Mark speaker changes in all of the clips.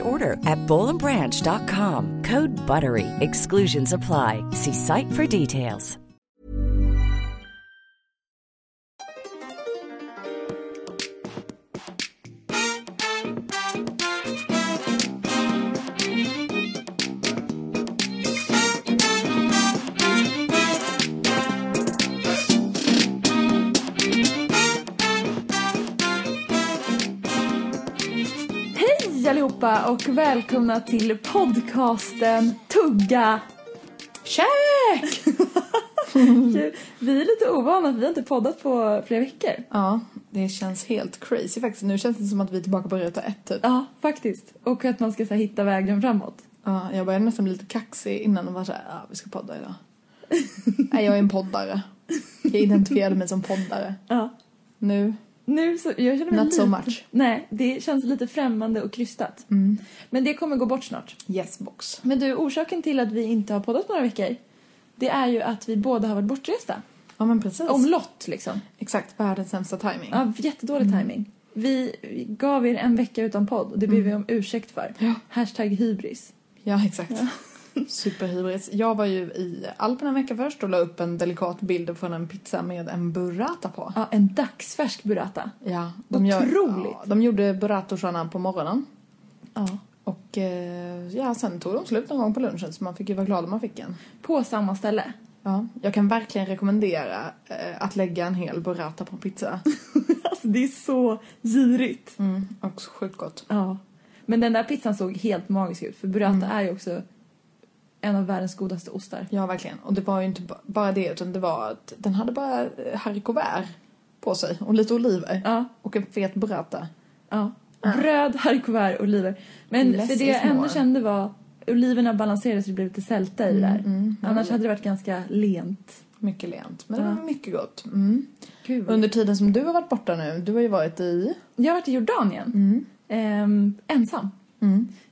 Speaker 1: order at bowlandbranch.com. Code BUTTERY. Exclusions apply. See site for details.
Speaker 2: Hej allihopa och välkomna till podcasten Tugga Käk! Kul. vi är lite ovana för vi har inte poddat på flera veckor.
Speaker 3: Ja, det känns helt crazy faktiskt. Nu känns det som att vi är tillbaka på ruta ett typ.
Speaker 2: Ja, faktiskt. Och att man ska så här, hitta vägen framåt.
Speaker 3: Ja, jag började nästan bli lite kaxig innan och var såhär, ja vi ska podda idag. Nej, jag är en poddare. Jag identifierade mig som poddare.
Speaker 2: Ja.
Speaker 3: Nu,
Speaker 2: Nu så, jag känner mig
Speaker 3: not
Speaker 2: lite...
Speaker 3: so much.
Speaker 2: Nej, det känns lite främmande och krystat.
Speaker 3: mm.
Speaker 2: Men det kommer gå bort snart.
Speaker 3: Yes box.
Speaker 2: Men du, orsaken till att vi inte har poddat några veckor, det är ju att vi båda har varit bortresta.
Speaker 3: Ja men precis.
Speaker 2: Omlott liksom.
Speaker 3: Exakt, världens sämsta timing.
Speaker 2: Ja, jättedålig timing. Vi vi gav er en vecka utan podd och det ber vi om ursäkt för.
Speaker 3: Ja.
Speaker 2: Hashtag hybris.
Speaker 3: Ja, exakt. Superhybris. Jag var ju i Alperna en vecka först och la upp en delikat bild från en pizza med en burrata på.
Speaker 2: Ja, en dagsfärsk burrata.
Speaker 3: Ja,
Speaker 2: Otroligt.
Speaker 3: ja, de gjorde burratosarna på morgonen.
Speaker 2: Ja.
Speaker 3: Och eh, ja, sen tog de slut någon gång på lunchen så man fick ju vara glad om man fick en.
Speaker 2: På samma ställe.
Speaker 3: Ja, jag kan verkligen rekommendera eh, att lägga en hel burrata på en pizza.
Speaker 2: Alltså det är så girigt.
Speaker 3: Mm, också sjukt gott.
Speaker 2: Ja. Men den där pizzan såg helt magisk ut för burrata är ju också en av världens godaste ostar.
Speaker 3: Ja, verkligen. Och det var ju inte ba- bara det utan det var att den hade bara eh, haricots på sig och lite oliver.
Speaker 2: Ja.
Speaker 3: Och en fet burrata.
Speaker 2: Ja. Bröd, haricots, oliver. Men
Speaker 3: Less
Speaker 2: för det
Speaker 3: is
Speaker 2: jag ändå
Speaker 3: more.
Speaker 2: kände var oliverna balanserade så det blev lite sälta i det där. Annars hade det varit ganska lent.
Speaker 3: Mm, Mycket lent. Men det var mycket gott. Mm.
Speaker 2: Gud, vad
Speaker 3: Under tiden som du har varit borta nu, du har ju varit i... Mm,
Speaker 2: Jag har varit i Jordanien. Ehm, ensam.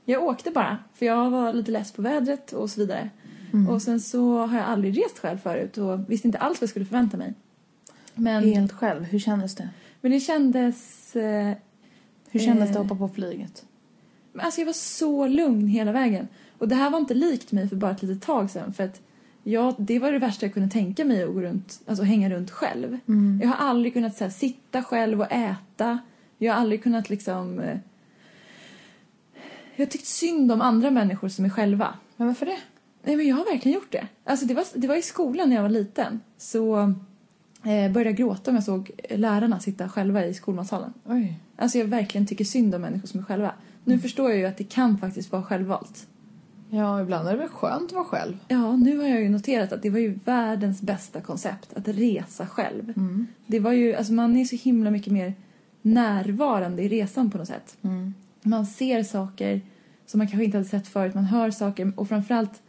Speaker 2: Jag åkte bara, för jag var lite less på vädret och så vidare.
Speaker 3: mm.
Speaker 2: Och sen så har jag aldrig rest själv förut och visste inte alls vad jag skulle förvänta mig. Men,
Speaker 3: Helt själv. Hur kändes det?
Speaker 2: men det kändes... Eh,
Speaker 3: Hur kändes
Speaker 2: Eh.
Speaker 3: det att hoppa på flyget?
Speaker 2: men alltså jag var så lugn hela vägen. Och det här var inte likt mig för bara ett litet tag sedan. För att jag, det var det värsta jag kunde tänka mig att gå runt, alltså hänga runt själv. Jag har aldrig kunnat så här, sitta själv och äta. Jag har aldrig kunnat liksom... eh, Jag har tyckt synd om andra människor som är själva.
Speaker 3: Men varför det?
Speaker 2: Nej men jag har verkligen gjort det. Alltså det var, det var i skolan när jag var liten. Så eh, började jag gråta om jag såg lärarna sitta själva i skolmatsalen.
Speaker 3: Oj.
Speaker 2: Alltså jag verkligen tycker synd om människor som är själva. Nu förstår jag ju att det kan faktiskt vara självvalt.
Speaker 3: Ja, ibland är det väl skönt att vara själv.
Speaker 2: Ja, nu har jag ju noterat att det var ju världens bästa koncept, att resa själv.
Speaker 3: Mm.
Speaker 2: Det var ju, alltså man är så himla mycket mer närvarande i resan på något sätt.
Speaker 3: Mm.
Speaker 2: Man ser saker som man kanske inte hade sett förut, man hör saker och framförallt,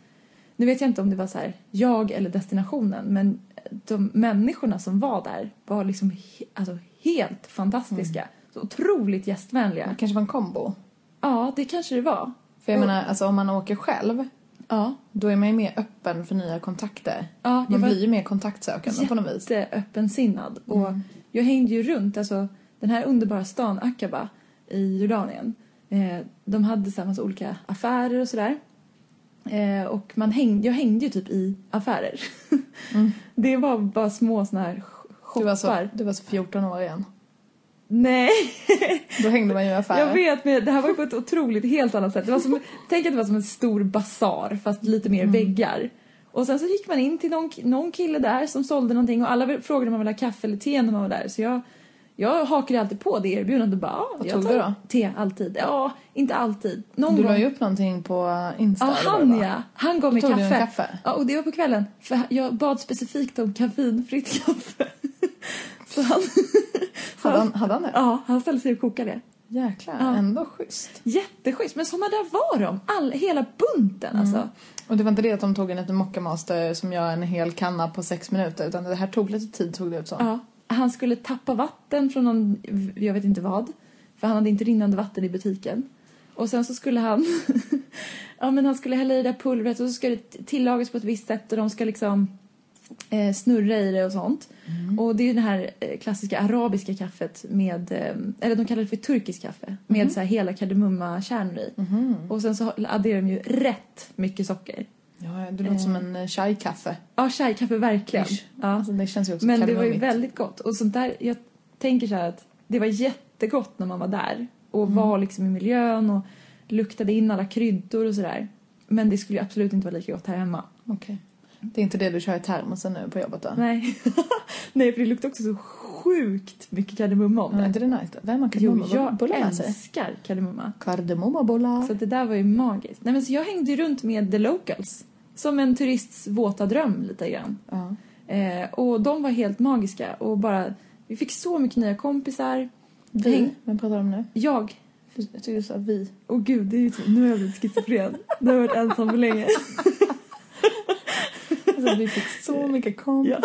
Speaker 2: nu vet jag inte om det var så här, jag eller destinationen, men de människorna som var där var liksom he- alltså helt fantastiska.
Speaker 3: Mm.
Speaker 2: Så otroligt gästvänliga.
Speaker 3: Det kanske var en kombo.
Speaker 2: Ja, det kanske det var.
Speaker 3: För jag
Speaker 2: Mm.
Speaker 3: menar, alltså om man åker själv,
Speaker 2: Ja,
Speaker 3: då är man ju mer öppen för nya kontakter.
Speaker 2: Ja, jag
Speaker 3: man
Speaker 2: var-
Speaker 3: blir ju mer kontaktsökande på något vis.
Speaker 2: jätteöppensinnad. Och jag hängde ju runt, alltså den här underbara stan Aqaba i Jordanien. Eh, de hade så här massa olika affärer och sådär. Eh, och man hängde, jag hängde ju typ i affärer. Det var bara små såna här sh-
Speaker 3: Du
Speaker 2: shoppar.
Speaker 3: var, så, du var så 14 år igen.
Speaker 2: Nej,
Speaker 3: Då hängde man ju i affärer.
Speaker 2: jag vet men det här var ju på ett otroligt helt annat sätt. Det var som, tänk att det var som en stor basar fast lite
Speaker 3: Mm.
Speaker 2: mer väggar. Och sen så gick man in till någon, någon kille där som sålde någonting och alla vill- frågade om man ville ha kaffe eller te när man var där. Så jag, jag hakade alltid på det erbjudandet och bara ja,
Speaker 3: Vad
Speaker 2: jag
Speaker 3: tog
Speaker 2: tar
Speaker 3: du då?
Speaker 2: Te alltid. Ja, inte alltid. Någon
Speaker 3: Du
Speaker 2: gång.
Speaker 3: la ju upp någonting på Insta.
Speaker 2: Ja,
Speaker 3: eller vad det
Speaker 2: han
Speaker 3: var.
Speaker 2: ja. Han gav mig
Speaker 3: Tog du
Speaker 2: kaffe.
Speaker 3: en kaffe?
Speaker 2: Ja, och det var på kvällen. För jag bad specifikt om koffeinfritt kaffe. Så han, så
Speaker 3: Hade han, hade han det?
Speaker 2: Ja, han ställde sig och kokade det.
Speaker 3: Jäklar,
Speaker 2: Ja.
Speaker 3: ändå schysst.
Speaker 2: Jätteschysst. Men såna där var de. All, hela bunten alltså.
Speaker 3: Och det var inte det att de tog en liten mockamaster som gör en hel kanna på sex minuter utan det här tog lite tid tog det ut så.
Speaker 2: Ja. Han skulle tappa vatten från någon, jag vet inte vad. För han hade inte rinnande vatten i butiken. Och sen så skulle han, ja men han skulle hälla i det där pulvret och så ska det tillagas på ett visst sätt och de ska liksom eh, snurra i det och sånt. Och det är ju det här eh, klassiska arabiska kaffet med, eh, eller de kallar det för turkiskt kaffe, med så här hela kardemummakärnor i.
Speaker 3: Mhm.
Speaker 2: Och sen så adderar de ju rätt mycket socker.
Speaker 3: Ja, du låter som en eh, chai-kaffe.
Speaker 2: Ja, kaffe verkligen.
Speaker 3: Ish.
Speaker 2: Ja.
Speaker 3: Alltså, det känns ju också
Speaker 2: Men det var ju
Speaker 3: kardemummigt.
Speaker 2: väldigt gott. Och sånt där, jag tänker så här att det var jättegott när man var där. Och var liksom i miljön och luktade in alla kryddor och sådär. Men det skulle ju absolut inte vara lika gott här hemma.
Speaker 3: Okej. Det är inte det du kör i termosen nu på jobbet då?
Speaker 2: Nej. Nej, för det luktade också så sjukt mycket kardemumma om
Speaker 3: Men är
Speaker 2: det.
Speaker 3: inte det nice? Där man
Speaker 2: Jo,
Speaker 3: kardemummabullar
Speaker 2: jag
Speaker 3: med sig.
Speaker 2: älskar kardemumma.
Speaker 3: Kardemummabullar.
Speaker 2: Så att det där var ju magiskt. Nej, men så jag hängde ju runt med the locals. Som en turists våta dröm lite grann.
Speaker 3: Ja.
Speaker 2: Eh, och de var helt magiska och bara... Vi fick så mycket nya kompisar.
Speaker 3: Vi,
Speaker 2: Häng-
Speaker 3: vem pratar du om nu?
Speaker 2: Jag
Speaker 3: För Jag tycker du sa vi.
Speaker 2: Åh gud, det är ju typ, nu har jag blivit schizofren. Nu har jag varit ensam för länge.
Speaker 3: Alltså, vi fick så mycket kompisar.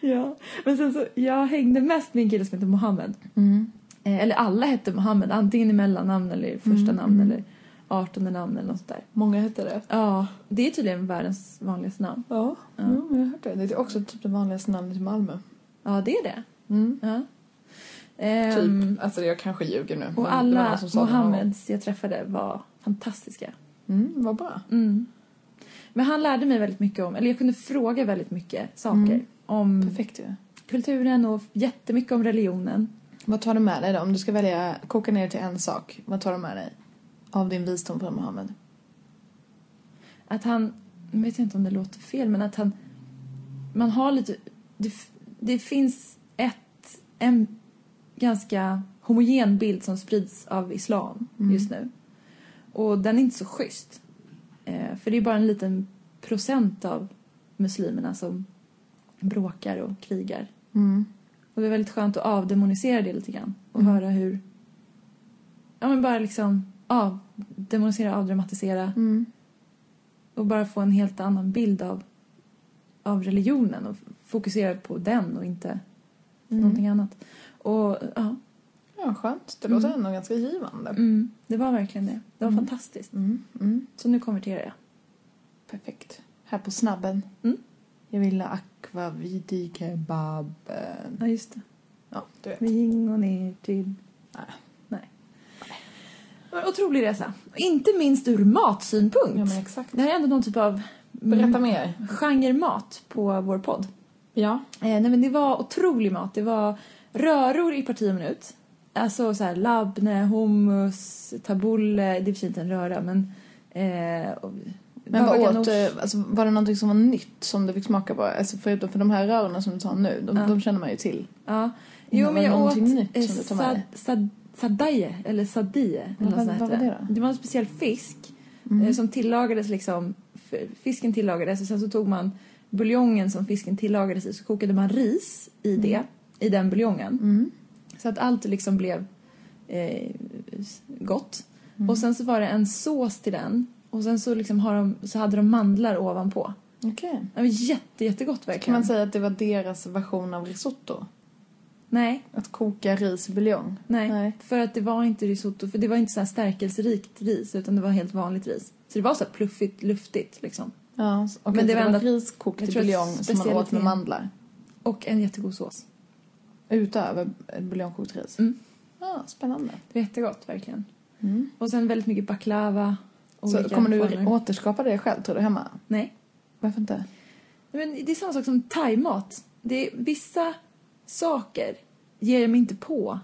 Speaker 2: Ja. Men sen så, jag hängde mest med en kille som heter Mohammed.
Speaker 3: Mm.
Speaker 2: Eh, eller alla hette Mohammed, antingen i mellannamn eller i första
Speaker 3: Mm,
Speaker 2: namn eller artonde namn eller något sånt där.
Speaker 3: Många hette det.
Speaker 2: Ja, det är tydligen världens vanligaste namn.
Speaker 3: Ja, ja. jag har hört det. Det är också typ det vanligaste namnet i Malmö.
Speaker 2: Ja, det är det.
Speaker 3: Mm.
Speaker 2: Ja. Ehm,
Speaker 3: Typ. Alltså jag kanske ljuger nu. men
Speaker 2: och
Speaker 3: det var
Speaker 2: alla
Speaker 3: någon som sa det någon gång.
Speaker 2: Mohammeds jag träffade var fantastiska.
Speaker 3: Mm, vad bra.
Speaker 2: Mm. Men han lärde mig väldigt mycket om, eller jag kunde fråga väldigt mycket saker.
Speaker 3: Mm.
Speaker 2: Om
Speaker 3: Perfekt ju.
Speaker 2: kulturen och jättemycket om religionen.
Speaker 3: Vad tar du med dig då? Om du ska välja, koka ner till en sak. Vad tar du med dig? Av din visdom från Mohammed.
Speaker 2: att han, jag vet inte om det låter fel, men att han, man har lite, det, f- det finns ett, en ganska homogen bild som sprids av islam
Speaker 3: Mm.
Speaker 2: just nu. Och den är inte så schysst. Eh, för det är bara en liten procent av muslimerna som bråkar och krigar.
Speaker 3: Mm.
Speaker 2: Och det är väldigt skönt att avdemonisera det lite grann och höra hur, ja men bara liksom avdemonisera, avdramatisera
Speaker 3: Mm.
Speaker 2: och bara få en helt annan bild av, av religionen och f- fokusera på den och inte
Speaker 3: Mm.
Speaker 2: någonting annat. Och ja,
Speaker 3: Ja, skönt. Det låter ändå ganska givande.
Speaker 2: mm, det var verkligen det. Det var fantastiskt.
Speaker 3: Mm. Mm.
Speaker 2: Så nu konverterar jag.
Speaker 3: Perfekt. Här på snabben.
Speaker 2: Mm.
Speaker 3: Jag vill ha akvaviti kebab. eh,
Speaker 2: Ja, just det.
Speaker 3: Ja, du vet.
Speaker 2: Med yin och ner till...
Speaker 3: Nej.
Speaker 2: Nej. Det var en otrolig resa. Inte minst ur matsynpunkt.
Speaker 3: Ja, men exakt.
Speaker 2: Det här är ändå någon typ av
Speaker 3: Berätta mer.
Speaker 2: genre mat på vår podd.
Speaker 3: Ja.
Speaker 2: Eh, nej men det var otrolig mat. Det var röror i parti och minut. Alltså så här labne, hummus, tabulle. Det är i och för sig inte en röra men... Eh, och-
Speaker 3: Men
Speaker 2: baba
Speaker 3: vad åt,
Speaker 2: ganoush.
Speaker 3: eh, alltså, var det någonting som var nytt som du fick smaka på? Alltså, förutom för de här rörorna som du tar nu, de, de känner man ju till.
Speaker 2: Ja. Jo
Speaker 3: eh, var
Speaker 2: men
Speaker 3: det
Speaker 2: jag åt
Speaker 3: någonting nytt
Speaker 2: eh,
Speaker 3: som du tar med
Speaker 2: sad, sad,
Speaker 3: dig?
Speaker 2: sadaye eller sadie.
Speaker 3: Vad-
Speaker 2: Eller något sånt
Speaker 3: vad
Speaker 2: hette
Speaker 3: var det då?
Speaker 2: det var en speciell fisk
Speaker 3: Mm.
Speaker 2: eh, som tillagades liksom... f- Fisken tillagades och sen så tog man buljongen som fisken tillagades i så kokade man ris i det,
Speaker 3: Mm.
Speaker 2: i den buljongen. Så att allt liksom blev eh, gott.
Speaker 3: Mm.
Speaker 2: Och sen så var det en sås till den. Och sen så, liksom har de, så hade de mandlar ovanpå.
Speaker 3: Okej.
Speaker 2: Det var jätte, jättegott verkligen.
Speaker 3: Kan man säga att det var deras version av risotto?
Speaker 2: Nej,
Speaker 3: Att koka ris i buljong?
Speaker 2: nej,
Speaker 3: Nej.
Speaker 2: För att det var inte risotto. För det var inte så här stärkelserikt ris. Utan det var helt vanligt ris. Så det var så här pluffigt, luftigt liksom.
Speaker 3: Ja, s- okej,
Speaker 2: Men det
Speaker 3: så
Speaker 2: var
Speaker 3: det var
Speaker 2: ändå-
Speaker 3: ris kokt
Speaker 2: jag
Speaker 3: i
Speaker 2: tror att
Speaker 3: buljong som man åt med
Speaker 2: specialiteten-
Speaker 3: mandlar?
Speaker 2: Och en jättegod sås.
Speaker 3: Utöver ett buljongkokt ris?
Speaker 2: Mm.
Speaker 3: Ja, spännande.
Speaker 2: Det var jättegott verkligen. Och sen väldigt mycket baklava.
Speaker 3: Så
Speaker 2: olika
Speaker 3: kommer du
Speaker 2: former.
Speaker 3: återskapa det själv, tror du, hemma?
Speaker 2: Nej.
Speaker 3: Varför inte?
Speaker 2: Nej, Men det är samma sak som thaimat. Det är vissa saker ger jag mig inte på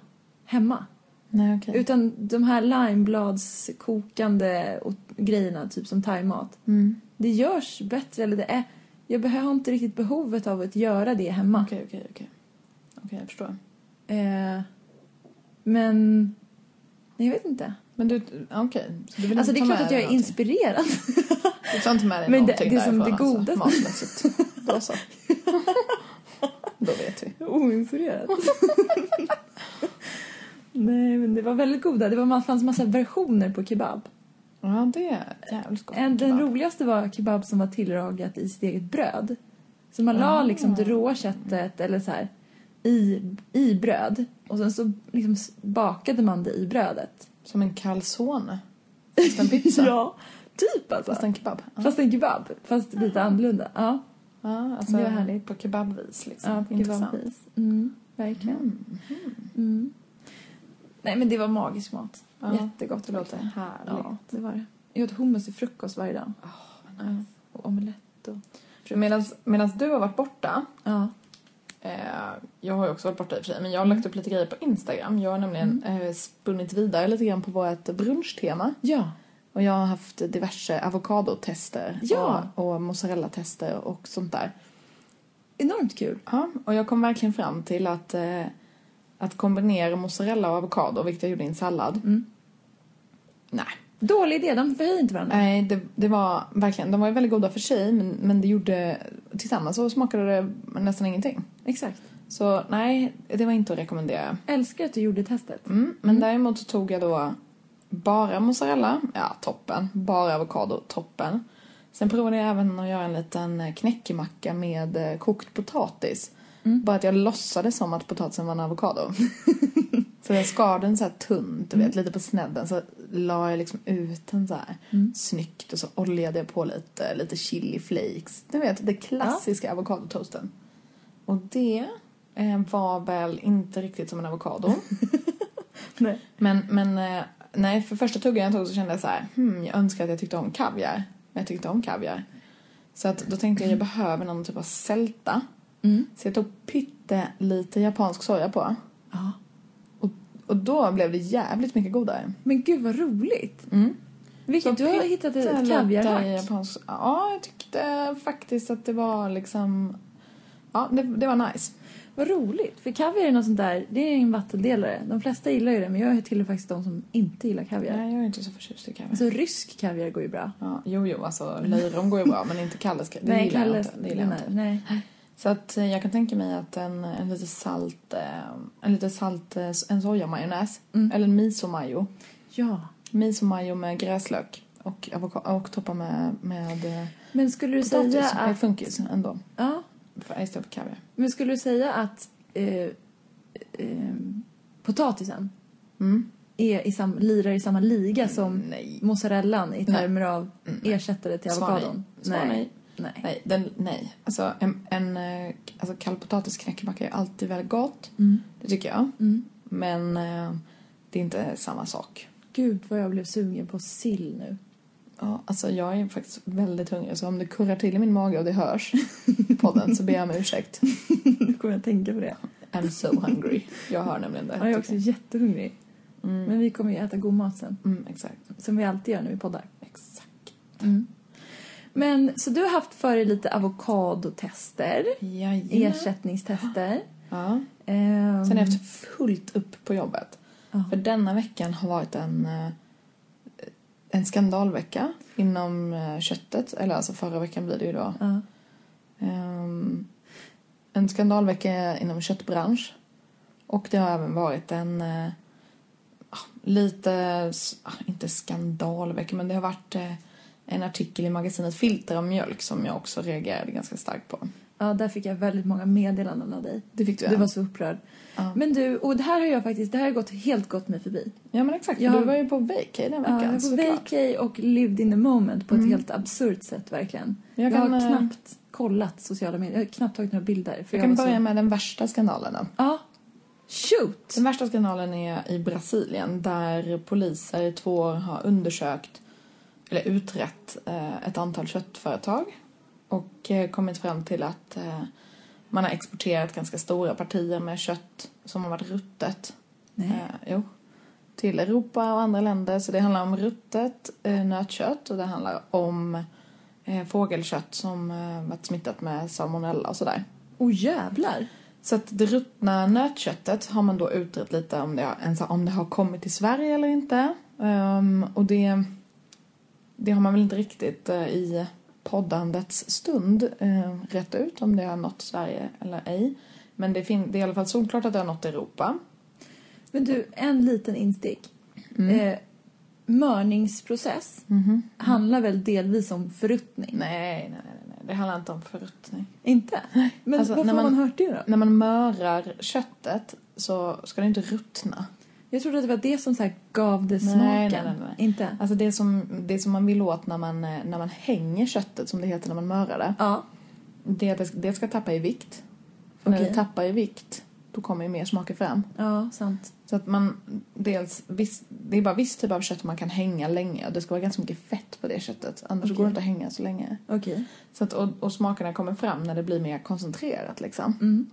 Speaker 2: hemma.
Speaker 3: Nej, okej.
Speaker 2: Utan de här linebladskokande och grejerna, typ som thaimat.
Speaker 3: Mm.
Speaker 2: Det görs bättre, eller det är... Jag beh- har inte riktigt behovet av att göra det hemma.
Speaker 3: Okej, okej, okej. Okej, jag förstår.
Speaker 2: Eh, men... Nej, jag vet inte.
Speaker 3: Men du, okej. Så du vill
Speaker 2: Alltså det är
Speaker 3: inte ta
Speaker 2: klart
Speaker 3: med
Speaker 2: att
Speaker 3: dig
Speaker 2: jag är
Speaker 3: någonting?
Speaker 2: inspirerad.
Speaker 3: Du tar inte med dig
Speaker 2: Men det-
Speaker 3: någonting
Speaker 2: det är som det
Speaker 3: därifrån,
Speaker 2: godaste.
Speaker 3: Alltså, matmässigt. Då så. Då vet vi.
Speaker 2: Oinspirerad. Nej, men det var väldigt goda. Det var, fanns massa versioner på kebab.
Speaker 3: Ja, det är jävligt gott.
Speaker 2: En, den
Speaker 3: Kebab.
Speaker 2: roligaste var kebab som var tillragat i sitt eget bröd. Så man
Speaker 3: Ah.
Speaker 2: la liksom det råa köttet eller så här, i, i bröd och sen så liksom s- bakade man det i brödet.
Speaker 3: Som en calzone. Fast en pizza.
Speaker 2: ja, typ alltså.
Speaker 3: Fast en kebab. Ja, Ah.
Speaker 2: Fast en kebab, fast lite annorlunda. Ja,
Speaker 3: ja alltså
Speaker 2: Det var härligt.
Speaker 3: på kebabvis liksom.
Speaker 2: ja på
Speaker 3: Intressant.
Speaker 2: kebabvis. Mm, verkligen. Mm. Nej men det var magisk mat.
Speaker 3: Ja,
Speaker 2: Jättegott
Speaker 3: Det låter
Speaker 2: verkligen.
Speaker 3: härligt.
Speaker 2: Ja, det var det. Jag åt hummus till frukost varje dag. ja. Och omelett och...
Speaker 3: Medan Medan du har varit borta,
Speaker 2: Ja.
Speaker 3: eh, jag har ju också varit borta i och för sig, men jag har lagt upp lite grejer på Instagram. Jag har nämligen eh, spunnit vidare lite grann på vårt brunchtema.
Speaker 2: Ja.
Speaker 3: Och jag har haft diverse avokadotester
Speaker 2: Ja.
Speaker 3: och, och mozzarella-tester och sånt där.
Speaker 2: Enormt kul.
Speaker 3: Ja, och jag kom verkligen fram till att, eh, att kombinera mozzarella och avokado, vilket jag gjorde i en sallad. Nej,
Speaker 2: Dålig idé, de förhöjer inte varandra.
Speaker 3: nej det, det var verkligen, de var ju väldigt goda för sig men, men det gjorde, tillsammans så smakade det nästan ingenting.
Speaker 2: Exakt.
Speaker 3: Så nej, det var inte att rekommendera.
Speaker 2: Älskar att du gjorde testet.
Speaker 3: Mm, men däremot så tog jag då bara mozzarella, ja toppen. Bara avokado, toppen. Sen provade jag även att göra en liten eh, knäckemacka med eh, kokt potatis. Bara att jag låtsades som att potatisen var en avokado. så jag skar den så här tunt, du vet, lite på snedden. Så la jag liksom ut den så här snyggt och så oljade jag på lite, lite chili flakes. Du vet, det klassiska avokadotoasten. Och det eh, var väl inte riktigt som en avokado.
Speaker 2: Nej.
Speaker 3: Men, men eh, nej, för första tuggan jag tog så kände jag så här, hmm, jag önskar att jag tyckte om kaviar. Men jag tyckte inte om kaviar. Så att då tänkte jag, jag behöver någon typ av sälta.
Speaker 2: Mm.
Speaker 3: Så jag tog pyttelite japansk soja på.
Speaker 2: Ja.
Speaker 3: Och, och då blev det jävligt mycket godare.
Speaker 2: Men gud vad roligt.
Speaker 3: Mm.
Speaker 2: Vilket, du har hittat ett
Speaker 3: Pyttelite
Speaker 2: kaviarhack.
Speaker 3: japansk- Ja, jag tyckte faktiskt att det var liksom, ja, det, det var nice.
Speaker 2: Vad roligt. För kaviar är något sånt där, det är en vattendelare. De flesta gillar ju det men jag hör till faktiskt de som inte gillar kaviar.
Speaker 3: Nej, jag är inte så förtjust i kaviar.
Speaker 2: Alltså rysk kaviar går ju bra.
Speaker 3: Ja, jo, jo, alltså löjrom går ju bra, men inte Kalles. Det
Speaker 2: Nej,
Speaker 3: gillar jag
Speaker 2: Kalles-
Speaker 3: inte. Det gillar jag
Speaker 2: nej,
Speaker 3: inte.
Speaker 2: nej.
Speaker 3: Så att eh, jag kan tänka mig att en, en lite salt, eh, en lite salt, eh, en sojamajonnäs, eller en miso-majo.
Speaker 2: Mm. Ja.
Speaker 3: Miso-majo med gräslök och, avokado, och toppa med, med eh,
Speaker 2: Men skulle du
Speaker 3: potatis.
Speaker 2: säga
Speaker 3: Det
Speaker 2: att...
Speaker 3: funkar ju ändå.
Speaker 2: Ja.
Speaker 3: För istället för kaviar.
Speaker 2: Men skulle du säga att eh, eh, potatisen är i sam, lirar i samma liga som
Speaker 3: Mm. nej.
Speaker 2: mozzarellan i termer av ersättare till
Speaker 3: Svar
Speaker 2: avokadon?
Speaker 3: nej. Svar nej.
Speaker 2: nej.
Speaker 3: Nej, den, nej. Alltså en, en eh, alltså, kall potatisknäckemacka är alltid väldigt gott.
Speaker 2: Mm.
Speaker 3: Det tycker jag. Men eh, det är inte samma sak.
Speaker 2: Gud vad jag blev sugen på sill nu.
Speaker 3: Ja, alltså jag är faktiskt väldigt hungrig så om det kurrar till i min mage och det hörs i podden så ber jag om ursäkt.
Speaker 2: Nu kommer jag att tänka på det.
Speaker 3: I'm so hungry. Jag hör nämligen det.
Speaker 2: Ja, jag är också jättehungrig. Men vi kommer ju äta god mat sen.
Speaker 3: Mm, exakt.
Speaker 2: Som vi alltid gör när vi poddar. Mm.
Speaker 3: Exakt.
Speaker 2: Men så du har haft för dig lite avokadotester.
Speaker 3: Jajamän.
Speaker 2: Ersättningstester.
Speaker 3: Ja.
Speaker 2: Ehm,
Speaker 3: Sen har jag haft fullt upp på jobbet. För denna veckan har varit en, eh, en skandalvecka inom eh, köttet. Eller alltså förra veckan blir det ju då.
Speaker 2: Ja.
Speaker 3: Ehm, en skandalvecka inom köttbransch. Och det har även varit en eh, ah, lite, s- ah, inte skandalvecka, men det har varit eh, en artikel i magasinet Filter om mjölk som jag också reagerade ganska starkt på.
Speaker 2: ja, där fick jag väldigt många meddelanden av dig.
Speaker 3: Det fick du, ja.
Speaker 2: Du var så upprörd. Men du, och det här har jag faktiskt, det här har gått helt gått mig förbi.
Speaker 3: Ja men exakt,
Speaker 2: Ja.
Speaker 3: du var ju på vacay den
Speaker 2: Ja,
Speaker 3: veckan
Speaker 2: jag var på
Speaker 3: såklart. Mm.
Speaker 2: vacay och lived in the moment på ett helt absurt sätt verkligen.
Speaker 3: Jag
Speaker 2: Jag,
Speaker 3: kan,
Speaker 2: har
Speaker 3: eh,
Speaker 2: knappt kollat sociala medier, jag har knappt tagit några bilder. För
Speaker 3: Jag
Speaker 2: jag,
Speaker 3: kan
Speaker 2: var
Speaker 3: börja
Speaker 2: så...
Speaker 3: med Mm. den värsta skandalen. då.
Speaker 2: Ja. Shoot!
Speaker 3: Den värsta skandalen är i Brasilien där poliser i två år har undersökt eller utrett eh, ett antal köttföretag och eh, kommit fram till att eh, Man har exporterat ganska stora partier med kött som har varit ruttet.
Speaker 2: Nej.
Speaker 3: Eh, jo. Till Europa och andra länder. Så det handlar om ruttet eh, nötkött och det handlar om eh, fågelkött som eh, varit smittat med salmonella och sådär.
Speaker 2: Oh jävlar!
Speaker 3: Så att det ruttna nötköttet har man då utrett lite om det har, ens, om det har kommit till Sverige eller inte. Ehm, och det, det har man väl inte riktigt eh, i poddandets stund uh, rätt ut om det har nått Sverige eller ej. Men det, fin- det är i alla fall solklart att det har nått Europa.
Speaker 2: Men du, en liten instick.
Speaker 3: Mm.
Speaker 2: Eh, mörningsprocess handlar väl delvis om förruttning?
Speaker 3: Nej, nej, nej, nej. det handlar inte om förruttning.
Speaker 2: Inte? Men
Speaker 3: Alltså,
Speaker 2: varför
Speaker 3: när
Speaker 2: har
Speaker 3: man-
Speaker 2: man hört det då?
Speaker 3: När man mörar köttet så ska det inte ruttna.
Speaker 2: Jag trodde att det var det som så här gav det
Speaker 3: Nej,
Speaker 2: smaken.
Speaker 3: nej, nej, nej.
Speaker 2: Inte?
Speaker 3: Alltså det som, det som man vill åt när man, eh, när man hänger köttet, som det heter när man mörar det.
Speaker 2: Ja.
Speaker 3: Det, är att det ska- det ska tappa i vikt. För när
Speaker 2: Okej.
Speaker 3: det tappar i vikt, då kommer ju mer smaker fram.
Speaker 2: ja, sant.
Speaker 3: Så att man dels, viss, det är bara viss typ av kött man kan hänga länge. Det ska vara ganska mycket fett på det köttet. Annars
Speaker 2: Okej.
Speaker 3: går det inte att hänga så länge.
Speaker 2: Okej.
Speaker 3: Så att, och, och smakerna kommer fram när det blir mer koncentrerat liksom.
Speaker 2: Mm.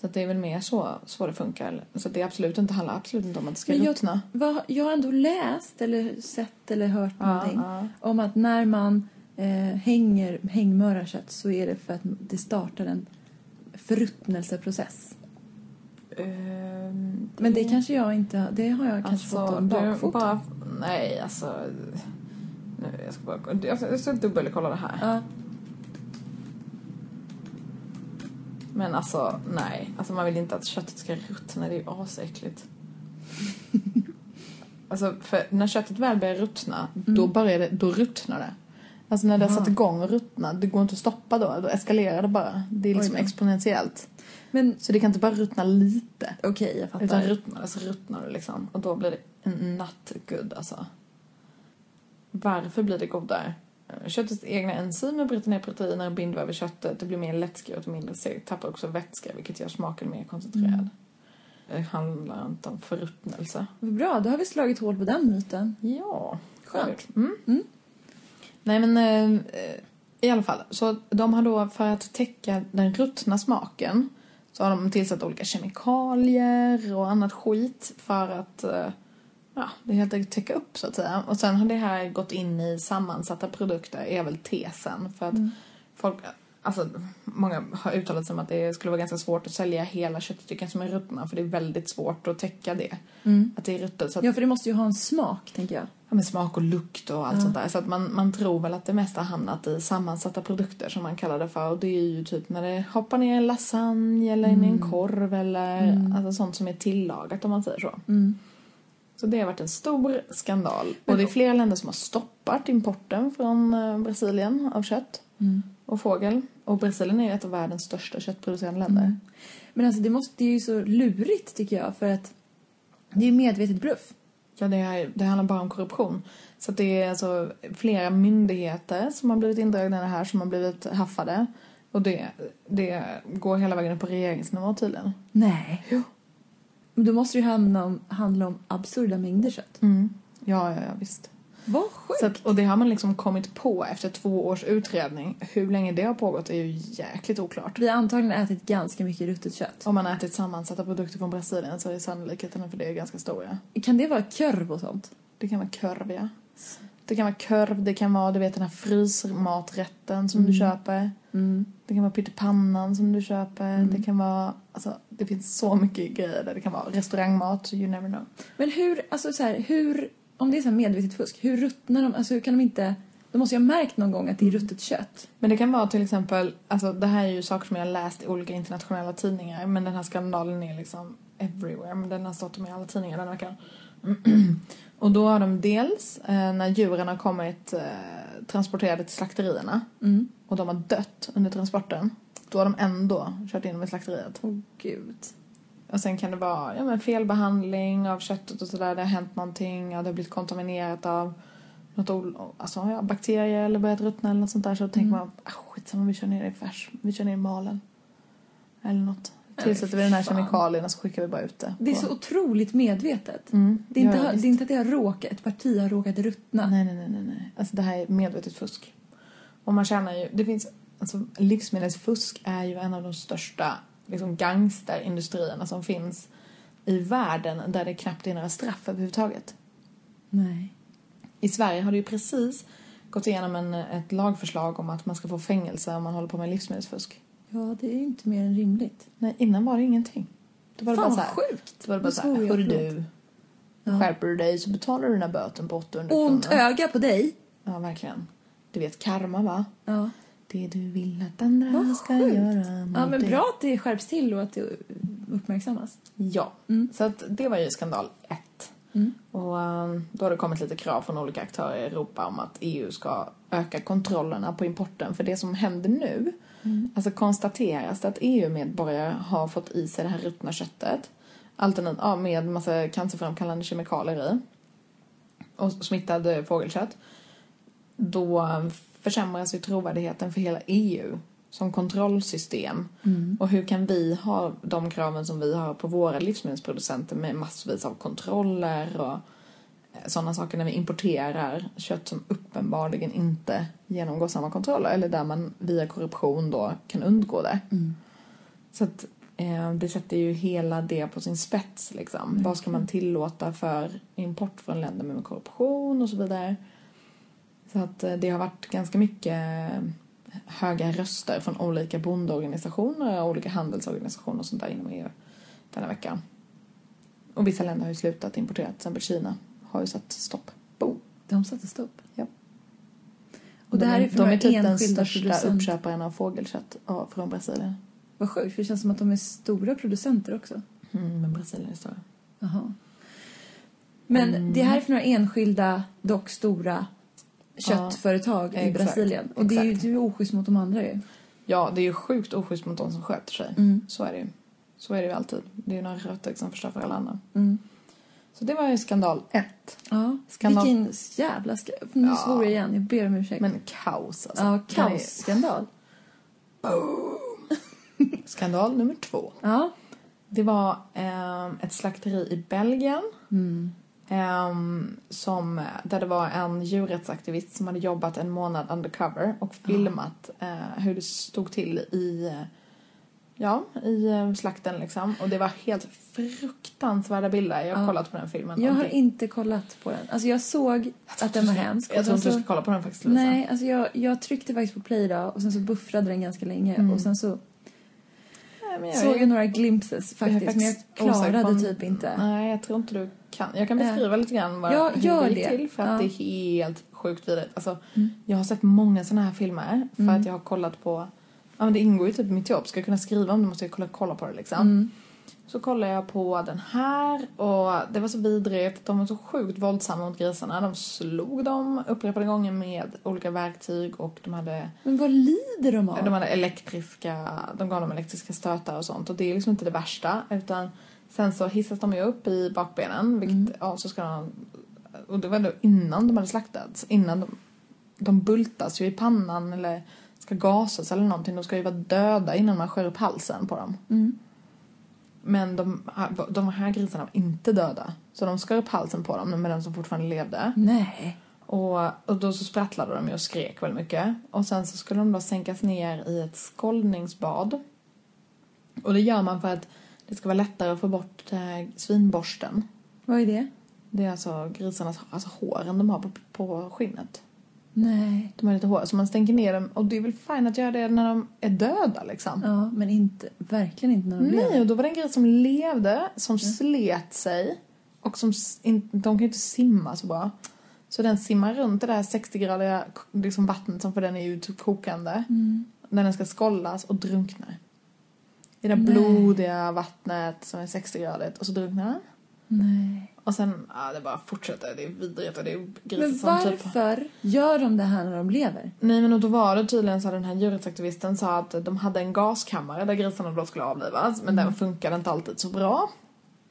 Speaker 3: Så att det är väl mer så, så det funkar. Så att det är absolut inte, handlar absolut inte om att det ska
Speaker 2: Men jag-
Speaker 3: ruttna.
Speaker 2: Vad, jag har ändå läst eller sett eller hört
Speaker 3: Ja,
Speaker 2: någonting
Speaker 3: ja.
Speaker 2: om att när man eh, hänger hängmörarkött så är det för att det startar en förruttnelseprocess.
Speaker 3: Ehm,
Speaker 2: Men det kanske jag inte har, det har jag kanske fått om
Speaker 3: Alltså, du,
Speaker 2: bakfoten.
Speaker 3: Bara, nej, alltså... Nu, jag ska bara... Jag ska, jag ska dubbelkolla det här.
Speaker 2: Ja,
Speaker 3: Men alltså, nej. Alltså man vill inte att köttet ska ruttna, det är ju asäckligt. alltså, för när köttet väl börjar ruttna,
Speaker 2: Mm.
Speaker 3: då börjar det, då ruttnar det. Alltså när det har satt igång och ruttnat, det går inte att stoppa då, då eskalerar det bara. Det är liksom
Speaker 2: Oj då.
Speaker 3: exponentiellt.
Speaker 2: men
Speaker 3: Så det kan inte bara ruttna lite.
Speaker 2: okej jag
Speaker 3: Utan
Speaker 2: fattar.
Speaker 3: ruttnar det så ruttnar det liksom. Och då blir det not good alltså. Varför blir det godare? Köttets egna enzymer bryter ner proteiner och binder över köttet. Det blir mer lättskuret och mindre segt. Tappar också vätska vilket gör smaken mer
Speaker 2: Mm.
Speaker 3: koncentrerad. Det handlar inte om förruttnelse.
Speaker 2: Bra, då har vi slagit hål på den myten.
Speaker 3: Ja,
Speaker 2: Skönt.
Speaker 3: Mm. Nej men eh, eh, i alla fall. Så de har då för att täcka den ruttna smaken så har de tillsatt olika kemikalier och annat skit för att eh, ja, det helt enkelt täcka upp så att säga. Och sen har det här gått in i sammansatta produkter är väl tesen för att folk Alltså, många har uttalat sig om att det skulle vara ganska svårt att sälja hela köttstycken som är ruttna för det är väldigt svårt att täcka det. Att det är ruttet. Så att
Speaker 2: Mm. Ja, för det måste ju ha en smak, tänker jag.
Speaker 3: ja, men smak och lukt och allt sånt där. Så att man, man tror väl att det mesta har hamnat i sammansatta produkter som man kallar det för. Och det är ju typ när det hoppar ner i en lasagne eller in i en korv eller alltså sånt som är tillagat om man säger så.
Speaker 2: Mm.
Speaker 3: Så det har varit en stor skandal. Och det är flera länder som har stoppat importen från eh, Brasilien av kött
Speaker 2: Mm.
Speaker 3: och fågel. Och Brasilien är ju ett av världens största köttproducerande länder.
Speaker 2: Men alltså det, måste, det är ju så lurigt, tycker jag, för att det är ju medvetet bluff.
Speaker 3: Ja, det, här, det handlar bara om korruption. Så att det är alltså flera myndigheter som har blivit indragna i det här, som har blivit haffade. Och det, det går hela vägen upp på regeringsnivå tydligen.
Speaker 2: Nej. Jo. Men då måste det ju handla om, handla om absurda mängder kött.
Speaker 3: Mm. Ja, ja, ja visst.
Speaker 2: Vad sjukt!
Speaker 3: Så att, och det har man liksom kommit på efter två års utredning. Hur länge det har pågått är ju jäkligt oklart.
Speaker 2: Vi har antagligen ätit ganska mycket ruttet kött.
Speaker 3: Om man ätit sammansatta produkter från Brasilien så är sannolikheten för det ganska stor. Ja.
Speaker 2: Kan det vara körv och sånt?
Speaker 3: Det kan vara korv, ja. Det kan vara korv, det kan vara du vet den här frysmaträtten som du köper. Det kan vara pyttipannan som du köper. Det kan vara, alltså det finns så mycket grejer där. Det kan vara restaurangmat, you never know.
Speaker 2: Men hur, alltså så här, hur, om det är så här medvetet fusk, hur ruttnar de, alltså hur kan de inte, de måste ju ha märkt någon gång att
Speaker 3: Mm.
Speaker 2: det är ruttet kött.
Speaker 3: Men det kan vara till exempel, alltså det här är ju saker som jag har läst i olika internationella tidningar men den här skandalen är liksom everywhere. Men den har stått om i alla tidningar den här veckan. Och då har de dels eh, när djuren har kommit eh, transporterade till slakterierna och de har dött under transporten. Då har de ändå kört in dem i slakteriet.
Speaker 2: Åh gud.
Speaker 3: Och sen kan det vara ja, men felbehandling av köttet och sådär. Det har hänt någonting. Ja, det har blivit kontaminerat av något ol- alltså, ja, bakterier eller börjat ruttna eller något sånt där. Så tänker
Speaker 2: Mm.
Speaker 3: man ah, skitsamma vi kör ner det i färs. Vi kör ner det i malen. Eller något. Tillsätter vi den här
Speaker 2: fan.
Speaker 3: kemikalien och så skickar vi bara ut det. Mm,
Speaker 2: Det är
Speaker 3: på-
Speaker 2: så otroligt medvetet. Det, är inte,
Speaker 3: ja,
Speaker 2: det är inte att det har råkat, ett parti har råkat ruttna.
Speaker 3: Nej, nej, nej, nej, nej. Alltså det här är medvetet fusk. Och man tjänar ju, det finns alltså, livsmedelsfusk är ju en av de största liksom, gangsterindustrierna som finns i världen där det knappt är några straff överhuvudtaget.
Speaker 2: Nej.
Speaker 3: I Sverige har det ju precis gått igenom en, ett lagförslag om att man ska få fängelse om man håller på med livsmedelsfusk.
Speaker 2: Ja, det är ju inte mer än rimligt.
Speaker 3: Nej, innan var det ingenting. Då var det
Speaker 2: Fan,
Speaker 3: bara så här,
Speaker 2: vad sjukt!
Speaker 3: Då var det bara
Speaker 2: Nu
Speaker 3: så här,
Speaker 2: svor jag,
Speaker 3: hörru
Speaker 2: förlåt."
Speaker 3: du. Skärper du dig så betalar du den här böten på 800
Speaker 2: Ont
Speaker 3: kronor.
Speaker 2: öga på dig.
Speaker 3: Ja, verkligen. Du vet karma, va?
Speaker 2: Ja.
Speaker 3: Det du vill att andra
Speaker 2: Vad
Speaker 3: ska
Speaker 2: sjukt.
Speaker 3: göra mot
Speaker 2: Ja, men
Speaker 3: dig.
Speaker 2: bra att det skärps till och att det uppmärksammas.
Speaker 3: Ja,
Speaker 2: Mm.
Speaker 3: så att det var ju skandal ett. Och ehm, då har det kommit lite krav från olika aktörer i Europa om att EU ska öka kontrollerna på importen. För det som händer nu, alltså konstateras det att EU-medborgare har fått i sig det här ruttna köttet. Alternativt ja, med massa cancerframkallande kemikalier i. Och smittad eh, fågelkött. Då um, försämras ju trovärdigheten för hela EU som kontrollsystem.
Speaker 2: Mm.
Speaker 3: Och hur kan vi ha de kraven som vi har på våra livsmedelsproducenter med massvis av kontroller och eh, sådana saker när vi importerar kött som uppenbarligen inte genomgår samma kontroller eller där man via korruption då kan undgå det. Så att eh, det sätter ju hela det på sin spets liksom.
Speaker 2: Mm.
Speaker 3: Vad ska man tillåta för import från länder med korruption och så vidare. Så att eh, det har varit ganska mycket eh, höga röster från olika bondeorganisationer och olika handelsorganisationer och sånt där inom EU denna veckan. Och vissa länder har ju slutat importera, till exempel Kina har ju satt stopp. Boom!
Speaker 2: De satte stopp.
Speaker 3: Ja.
Speaker 2: Och det här
Speaker 3: de,
Speaker 2: är för
Speaker 3: de
Speaker 2: några
Speaker 3: är typ den
Speaker 2: enskilda
Speaker 3: största
Speaker 2: producenter.
Speaker 3: uppköparen av fågelkött ja, från Brasilien.
Speaker 2: Vad sjukt, för det känns som att de är stora producenter också.
Speaker 3: Mm, men Brasilien är större.
Speaker 2: Jaha. Men
Speaker 3: Mm.
Speaker 2: det här är för några enskilda, dock stora köttföretag i
Speaker 3: exakt,
Speaker 2: Brasilien. Och det är ju
Speaker 3: exakt.
Speaker 2: du är oschysst mot de andra ju.
Speaker 3: Ja, det är ju sjukt oschysst mot de som sköter sig.
Speaker 2: Mm.
Speaker 3: Så är det ju. Så är det ju alltid. Det är ju några rötägg som förstör för alla andra. Så det var ju skandal ett.
Speaker 2: Ja.
Speaker 3: Skandal.
Speaker 2: Vilken jävla ska... Nu svor jag igen, jag ber om ursäkt.
Speaker 3: Men kaos alltså.
Speaker 2: ja,
Speaker 3: Den är-
Speaker 2: kaosskandal.
Speaker 3: Skandal nummer två.
Speaker 2: Ja.
Speaker 3: Det var ehm, ett slakteri i Belgien.
Speaker 2: Mm.
Speaker 3: Ehm, som, där det var en djurrättsaktivist som hade jobbat en månad undercover och filmat eh, hur det stod till i, eh, ja, i eh, slakten liksom. Och det var helt fruktansvärda bilder. Jag har kollat på den filmen.
Speaker 2: Jag
Speaker 3: och
Speaker 2: har
Speaker 3: det-
Speaker 2: inte kollat på den. Alltså jag såg att den var hemsk.
Speaker 3: Jag
Speaker 2: Och sen
Speaker 3: tror inte du
Speaker 2: så-
Speaker 3: ska kolla på den faktiskt Lovisa.
Speaker 2: Nej, alltså jag, jag tryckte faktiskt på play idag och sen så buffrade den ganska länge och sen så
Speaker 3: Nej, men Mm. jag
Speaker 2: såg
Speaker 3: är-
Speaker 2: jag några glimpses
Speaker 3: jag är
Speaker 2: faktiskt men jag
Speaker 3: osäker på
Speaker 2: klarade
Speaker 3: om-
Speaker 2: typ inte.
Speaker 3: Nej, jag tror inte du kan. Jag kan beskriva lite grann vad,
Speaker 2: Ja,
Speaker 3: hur
Speaker 2: gör
Speaker 3: det gick
Speaker 2: det.
Speaker 3: till för att
Speaker 2: Ja. Mm.
Speaker 3: det är helt sjukt vidrigt. Alltså, Jag har sett många såna här filmer för att jag har kollat på... Ja, men det ingår ju typ i mitt jobb. Ska jag kunna skriva om det måste jag kolla, kolla på det liksom.
Speaker 2: Mm.
Speaker 3: Så kollade jag på den här och det var så vidrigt. De var så sjukt våldsamma mot grisarna. De slog dem upprepade gånger med olika verktyg och de hade...
Speaker 2: Men vad lider de av?
Speaker 3: De hade elektriska, de gav dem elektriska stötar och sånt och det är liksom inte det värsta utan sen så hissas de ju upp i bakbenen vilket, ja så ska de, och det var då innan de hade slaktats, innan de, de bultas ju i pannan eller ska gasas eller någonting, de ska ju vara döda innan man skär upp halsen på dem.
Speaker 2: Mm.
Speaker 3: Men de, de här grisarna var inte döda så de skar upp halsen på dem med den som fortfarande levde.
Speaker 2: Nej.
Speaker 3: Och, och då så sprattlade de ju och skrek väldigt mycket. Och sen så skulle de då sänkas ner i ett skållningsbad. Och det gör man för att det ska vara lättare att få bort eh, svinborsten.
Speaker 2: Vad är det?
Speaker 3: Det är alltså grisarnas alltså håren de har på, på skinnet.
Speaker 2: Nej.
Speaker 3: De har lite hår, så man stänker ner dem. Och det är väl fint att göra det när de är döda liksom.
Speaker 2: Ja, men inte, verkligen inte när de lever.
Speaker 3: Nej, och då var det en gris som levde,
Speaker 2: Mm.
Speaker 3: som slet sig och som s- in, de kan ju inte simma så bra. Så den simmar runt det där 60-gradiga k- liksom vattnet som för den är ju typ kokande.
Speaker 2: Mm.
Speaker 3: När den ska skållas och drunknar. I det där blodiga vattnet som är 60-gradigt och så drunknar den.
Speaker 2: Nej.
Speaker 3: Och sen, ja det bara fortsätter, det är vidrigt och det är grisar
Speaker 2: Men
Speaker 3: som typ...
Speaker 2: varför gör de det här när de lever?
Speaker 3: Nej men och då var det tydligen så att den här djurrättsaktivisten sa att de hade en gaskammare där grisarna då skulle avlivas men den funkade inte alltid så bra.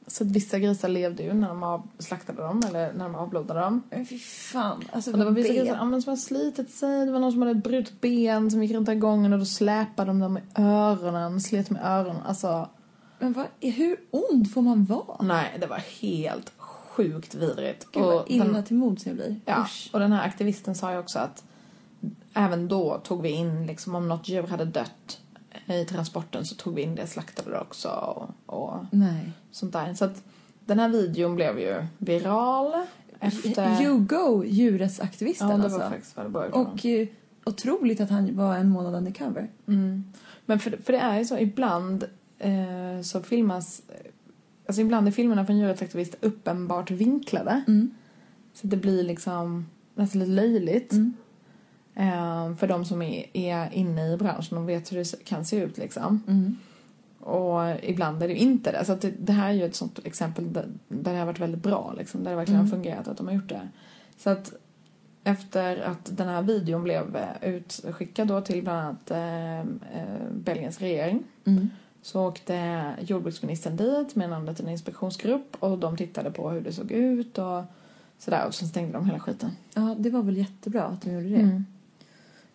Speaker 3: Så att vissa grisar levde ju när de av- slaktade dem eller när de avblodade dem.
Speaker 2: Men fy fan. Alltså,
Speaker 3: Och det var
Speaker 2: vad
Speaker 3: vissa
Speaker 2: ben.
Speaker 3: grisar ja, men som hade slitit sig, det var någon som hade brutit ben som gick runt där gången och då släpade de dem i öronen, slet med öronen. Alltså
Speaker 2: Men vad, hur ond får man vara?
Speaker 3: nej det var helt sjukt vidrigt.
Speaker 2: Gud,
Speaker 3: Och
Speaker 2: vad illa
Speaker 3: den-
Speaker 2: till mods jag blir.
Speaker 3: Ja,
Speaker 2: Usch.
Speaker 3: och den här aktivisten sa ju också att även då tog vi in, liksom om något djur hade dött i transporten så tog vi in det, slaktade det också och, och
Speaker 2: Nej.
Speaker 3: sånt där. Så att den här videon blev ju viral efter...
Speaker 2: You go, djurets aktivisten
Speaker 3: ja, det var
Speaker 2: alltså.
Speaker 3: faktiskt vad det började från.
Speaker 2: Och eh, otroligt att han var en månad undercover.
Speaker 3: Mm. Men för, för det är ju så, ibland eh, så filmas... Alltså ibland är filmerna från djurrättsaktivister uppenbart vinklade.
Speaker 2: Mm.
Speaker 3: Så det blir liksom nästan lite löjligt.
Speaker 2: Mm.
Speaker 3: Eh, för de som är, är inne i branschen och vet hur det kan se ut liksom.
Speaker 2: Mm.
Speaker 3: Och ibland är det ju inte det. Så att det, det här är ju ett sånt exempel där, där det har varit väldigt bra liksom. Där det verkligen har fungerat att de har gjort det. Så att efter att den här videon blev eh, utskickad då till bland annat eh, eh, Belgiens regering
Speaker 2: Mm.
Speaker 3: så åkte jordbruksministern dit med namnet en inspektionsgrupp och de tittade på hur det såg ut och sådär och sen stängde de hela skiten.
Speaker 2: Ja, det var väl jättebra att de gjorde det.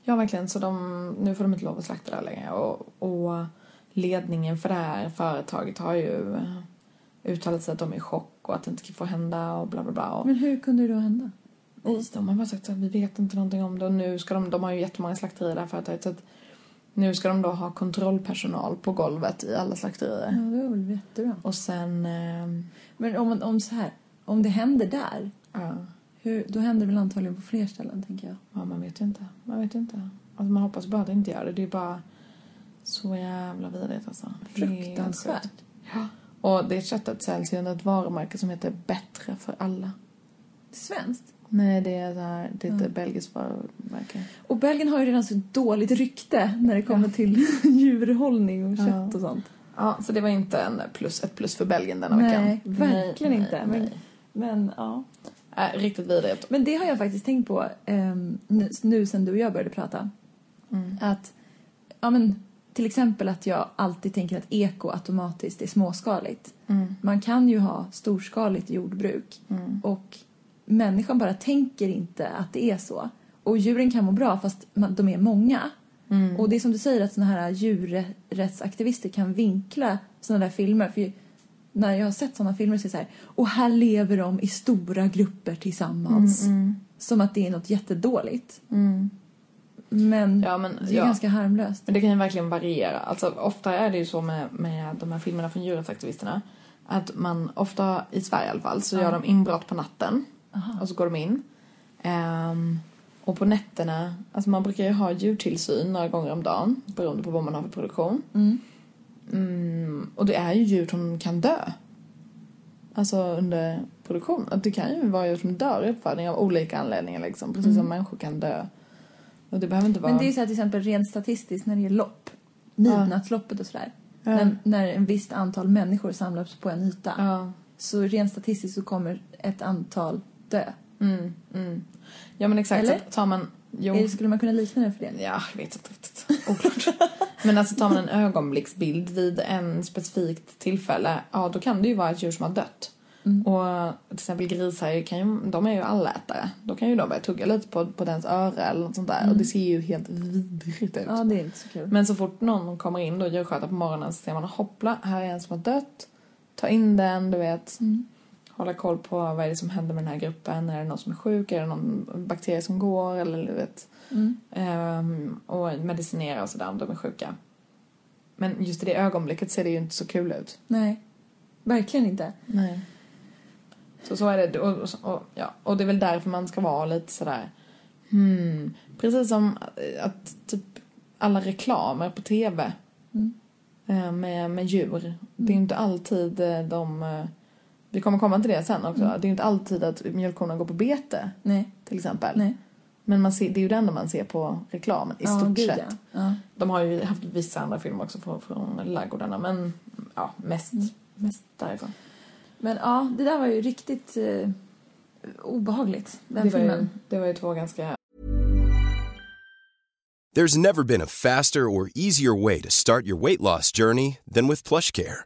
Speaker 3: Ja, verkligen. Så de, nu får de inte lov att slakta där längre. Och, och ledningen för det här företaget har ju eh, uttalat sig att de är i chock och att det inte får hända och bla bla bla. Och
Speaker 2: Men hur kunde det då hända?
Speaker 3: Nej, de har bara sagt att vi vet inte någonting om det och nu ska de, de har ju jättemånga slakterier där företaget så att nu ska de då ha kontrollpersonal på golvet i alla slakterier.
Speaker 2: Ja, det var väl jättebra.
Speaker 3: Och sen, eh,
Speaker 2: Men om, man- om så här, om det händer där,
Speaker 3: ja,
Speaker 2: hur, då händer det väl antagligen på fler ställen, tänker jag.
Speaker 3: ja man vet ju inte, man vet ju inte. Alltså man hoppas bara att det inte gör det, det är bara så jävla vidrigt alltså. Det är
Speaker 2: Fruktansvärt.
Speaker 3: sjukt. Ja. Och det köttet säljs ju under ett varumärke som heter Bättre för alla.
Speaker 2: Svenskt.
Speaker 3: Nej, det är, så här, det är ett belgiskt varumärke.
Speaker 2: Och Belgien har ju redan så dåligt rykte när det kommer till djurhållning och kött
Speaker 3: Ja.
Speaker 2: och sånt.
Speaker 3: Ja, så det var inte en plus, ett plus för Belgien denna
Speaker 2: Nej,
Speaker 3: veckan.
Speaker 2: verkligen
Speaker 3: Nej,
Speaker 2: inte.
Speaker 3: nej,
Speaker 2: Men,
Speaker 3: nej.
Speaker 2: men ja.
Speaker 3: Nej, Äh, riktigt vidrigt.
Speaker 2: Men det har jag faktiskt tänkt på ehm, nu, nu sen du och jag började prata.
Speaker 3: Mm,
Speaker 2: Att, ja men till exempel att jag alltid tänker att eko automatiskt är småskaligt.
Speaker 3: mm,
Speaker 2: Man kan ju ha storskaligt jordbruk och människan bara tänker inte att det är så. Och djuren kan må bra fast man, de är många.
Speaker 3: mm.
Speaker 2: Och det är som du säger att såna här djurrättsaktivister kan vinkla såna där filmer. För ju- när jag har sett såna filmer så är det så här, och här lever de i stora grupper
Speaker 3: Mm,
Speaker 2: tillsammans. Som att det är något jättedåligt. Men,
Speaker 3: Ja, men-
Speaker 2: det är
Speaker 3: ja.
Speaker 2: ganska harmlöst.
Speaker 3: Men det kan ju verkligen variera. Alltså, ofta är det ju så med, med de här filmerna från djurrättsaktivisterna att man ofta, i Sverige i alla fall, så gör de inbrott på natten och så går de in. Ehm, och på nätterna, alltså man brukar ju ha djurtillsyn några gånger om dagen beroende på vad man har för produktion. Mm, och det är ju djur som kan dö. Alltså under produktion. Att det kan ju vara djur som dör i uppfödning av olika anledningar liksom. Precis som människor kan dö. Och det behöver inte vara...
Speaker 2: Mm. Men det är så här till exempel rent statistiskt när det är lopp. Midnattsloppet och sådär. När, när en visst antal människor samlas på en yta.
Speaker 3: Ja.
Speaker 2: Så rent statistiskt så kommer ett antal dö.
Speaker 3: Mm, Ja men exakt,
Speaker 2: Eller?
Speaker 3: så att tar man... Jo,
Speaker 2: Eller skulle man kunna likna det för det?
Speaker 3: ja, jag vet inte riktigt. Oklart. men alltså tar man en ögonblicksbild vid en specifikt tillfälle, ja då kan det ju vara ett djur som har dött.
Speaker 2: Mm.
Speaker 3: Och till exempel grisar, kan ju, de är ju allätare. Då kan ju de börja tugga lite på, på dens öra eller något sånt där. Och det ser ju helt vidrigt ut.
Speaker 2: Ja, det är inte så kul.
Speaker 3: Men så fort någon kommer in då djurskötare på morgonen så ser man hoppla, här är en som har dött. Ta in den, du vet.
Speaker 2: Mm.
Speaker 3: Hålla koll på vad är det som händer med den här gruppen. Är det någon som är sjuk? Är det någon bakterie som går? Eller du vet.
Speaker 2: Mm.
Speaker 3: Ehm, och medicinera och sådär om de är sjuka. Men just i det ögonblicket ser det ju inte så kul ut.
Speaker 2: Nej, verkligen inte.
Speaker 3: Nej. Så så är det. Och, och, och, ja. och det är väl därför man ska vara lite sådär... Hmm. Precis som eh, att typ alla reklamer på tv
Speaker 2: Mm.
Speaker 3: eh, med, med djur. Det är ju inte alltid eh, de... eh, Vi kommer komma till det sen också.
Speaker 2: Mm.
Speaker 3: Det är ju inte alltid att mjölkkorna går på bete.
Speaker 2: Nej.
Speaker 3: Till exempel.
Speaker 2: Nej.
Speaker 3: Men man ser, det är ju det enda man ser på reklamen i
Speaker 2: Ja,
Speaker 3: stort
Speaker 2: gud,
Speaker 3: sett.
Speaker 2: ja. Ja.
Speaker 3: De har ju haft vissa andra filmer också från, från ladugårdarna men ja, mest,
Speaker 2: Mm.
Speaker 3: mest därifrån.
Speaker 2: Men ja, det där var ju riktigt eh, obehagligt, den
Speaker 3: det, var
Speaker 2: filmen.
Speaker 3: ju, det var ju två ganska...
Speaker 4: There's never been a faster or easier way to start your weight loss journey than with PlushCare.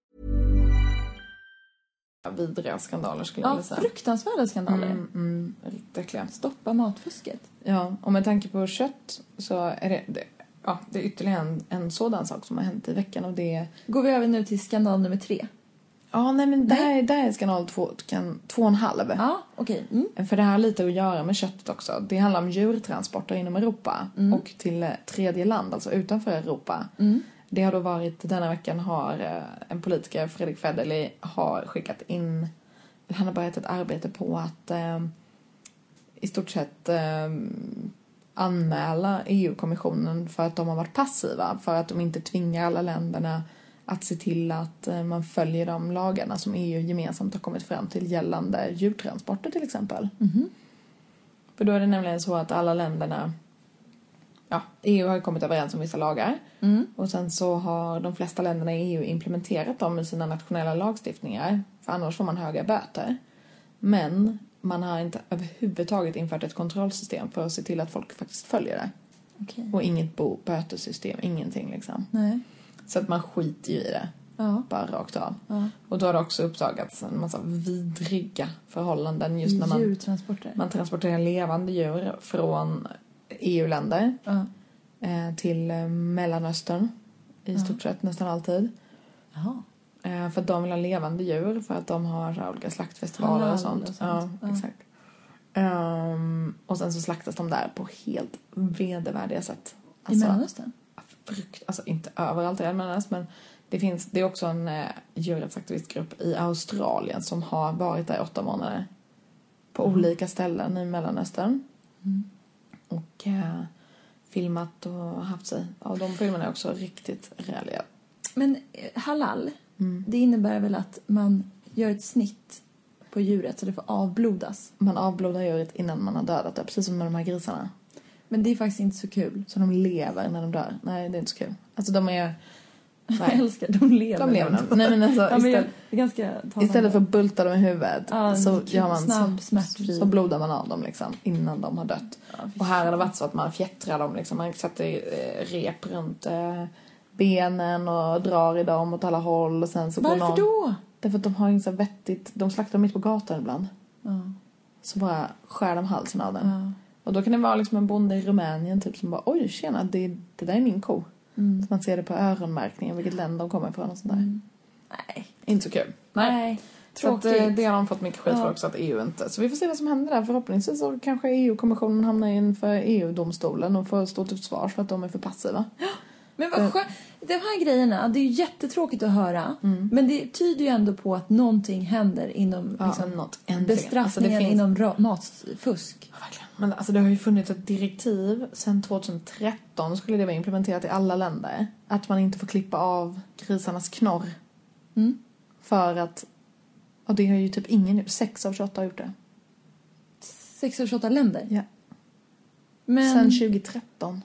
Speaker 3: Vidriga skandaler skulle jag
Speaker 2: Ja,
Speaker 3: vilja säga.
Speaker 2: fruktansvärda skandaler.
Speaker 3: Mm. Riktigt äckliga.
Speaker 2: Stoppa matfusket.
Speaker 3: Ja, och med tanke på kött så är det, det, ja, det är ytterligare en, en sådan sak som har hänt i veckan och det är...
Speaker 2: Går vi över nu till skandal nummer tre?
Speaker 3: Ja, nej men där, är- där är skandal två, kan, två och en halv.
Speaker 2: Ja, okej. Mm.
Speaker 3: För det här har lite att göra med köttet också. Det handlar om djurtransporter inom Europa och till eh, tredje land, alltså utanför Europa. Det har då varit, denna veckan har eh, en politiker, Fredrik Federley, har skickat in, eller han har börjat ett arbete på att eh, i stort sett eh, anmäla EU-kommissionen för att de har varit passiva, för att de inte tvingar alla länderna att se till att eh, man följer de lagarna som EU gemensamt har kommit fram till gällande djurtransporter till exempel. För då är det nämligen så att alla länderna, ja, EU har ju kommit överens om vissa lagar och sen så har de flesta länderna i EU implementerat dem i sina nationella lagstiftningar, för annars får man höga böter. Men man har inte överhuvudtaget infört ett kontrollsystem för att se till att folk faktiskt följer det.
Speaker 2: Okej.
Speaker 3: Och inget bo- bötessystem, ingenting liksom.
Speaker 2: Nej.
Speaker 3: Så att man skiter ju i det.
Speaker 2: Ja.
Speaker 3: Bara rakt av. Och då har det också uppdagats en massa vidriga förhållanden just när man,
Speaker 2: Djurtransporter.
Speaker 3: man transporterar levande djur från EU-länder
Speaker 2: Ja.
Speaker 3: eh, till eh, Mellanöstern i stort sett nästan alltid.
Speaker 2: Jaha.
Speaker 3: Eh, för att de vill ha levande djur för att de har så här olika slaktfestivaler
Speaker 2: Halal
Speaker 3: och sånt.
Speaker 2: och sånt.
Speaker 3: Ja, exakt. Ehm, och sen så slaktas de där på helt vedervärdiga sätt. Alltså,
Speaker 2: I Mellanöstern?
Speaker 3: Frukt, alltså inte överallt i Mellanöstern men det finns, det är också en eh, djurrättsaktivistgrupp i Australien som har varit där i åtta månader. På
Speaker 2: Mm.
Speaker 3: olika ställen i Mellanöstern. Och eh, filmat och haft sig. Ja, de filmerna är också riktigt räliga.
Speaker 2: Men eh, halal,
Speaker 3: Mm.
Speaker 2: det innebär väl att man gör ett snitt på djuret så det får avblodas.
Speaker 3: Man avblodar djuret innan man har dödat det, precis som med de här grisarna.
Speaker 2: Men det är faktiskt inte så kul.
Speaker 3: Så de lever när de dör. Nej, det är inte så kul. Alltså de är...
Speaker 2: Jag
Speaker 3: Nej,
Speaker 2: älskar, de lever.
Speaker 3: de lever nu. Nej men alltså
Speaker 2: Ja, men jag,
Speaker 3: istället,
Speaker 2: det är ganska talande.
Speaker 3: istället för att bulta dem i huvudet
Speaker 2: Ja,
Speaker 3: så
Speaker 2: kul,
Speaker 3: gör man
Speaker 2: snabb,
Speaker 3: så,
Speaker 2: smärtfri.
Speaker 3: så blodar man av dem liksom innan de har dött.
Speaker 2: fy
Speaker 3: och här har det varit så att man fjättrar dem liksom. Man sätter eh, rep runt eh, benen och drar i dem åt alla håll och sen så går
Speaker 2: Varför
Speaker 3: någon...
Speaker 2: då?
Speaker 3: Därför att de har inget så vettigt... De slaktar dem mitt på gatan ibland.
Speaker 2: Ja.
Speaker 3: Så bara skär de halsen av den. Och då kan det vara liksom en bonde i Rumänien typ som bara oj tjena det, det där är min ko.
Speaker 2: Mm.
Speaker 3: Så man ser det på öronmärkningen vilket land de kommer ifrån och sånt där.
Speaker 2: Nej.
Speaker 3: Inte så kul.
Speaker 2: Nej.
Speaker 3: Så att, eh,
Speaker 2: Tråkigt.
Speaker 3: det har de fått mycket skit för också att EU inte. Så vi får se vad som händer där. Förhoppningsvis så kanske EU-kommissionen hamnar inför EU-domstolen och får stå till svars för att de är för passiva.
Speaker 2: Men vad skönt. De här grejerna, det är ju jättetråkigt att höra. Men det tyder ju ändå på att någonting händer inom
Speaker 3: Mm. Ja,
Speaker 2: liksom,
Speaker 3: något. Äntligen.
Speaker 2: bestraffningen
Speaker 3: Alltså, det finns-
Speaker 2: inom ra- matfusk.
Speaker 3: Verkligen. Men alltså det har ju funnits ett direktiv sen 2013 skulle det vara implementerat i alla länder. Att man inte får klippa av grisarnas knorr.
Speaker 2: Mm.
Speaker 3: För att, och det har ju typ ingen gjort. 6 av 28 har gjort det.
Speaker 2: 628 länder.
Speaker 3: Ja.
Speaker 2: Men,
Speaker 3: Sen 2013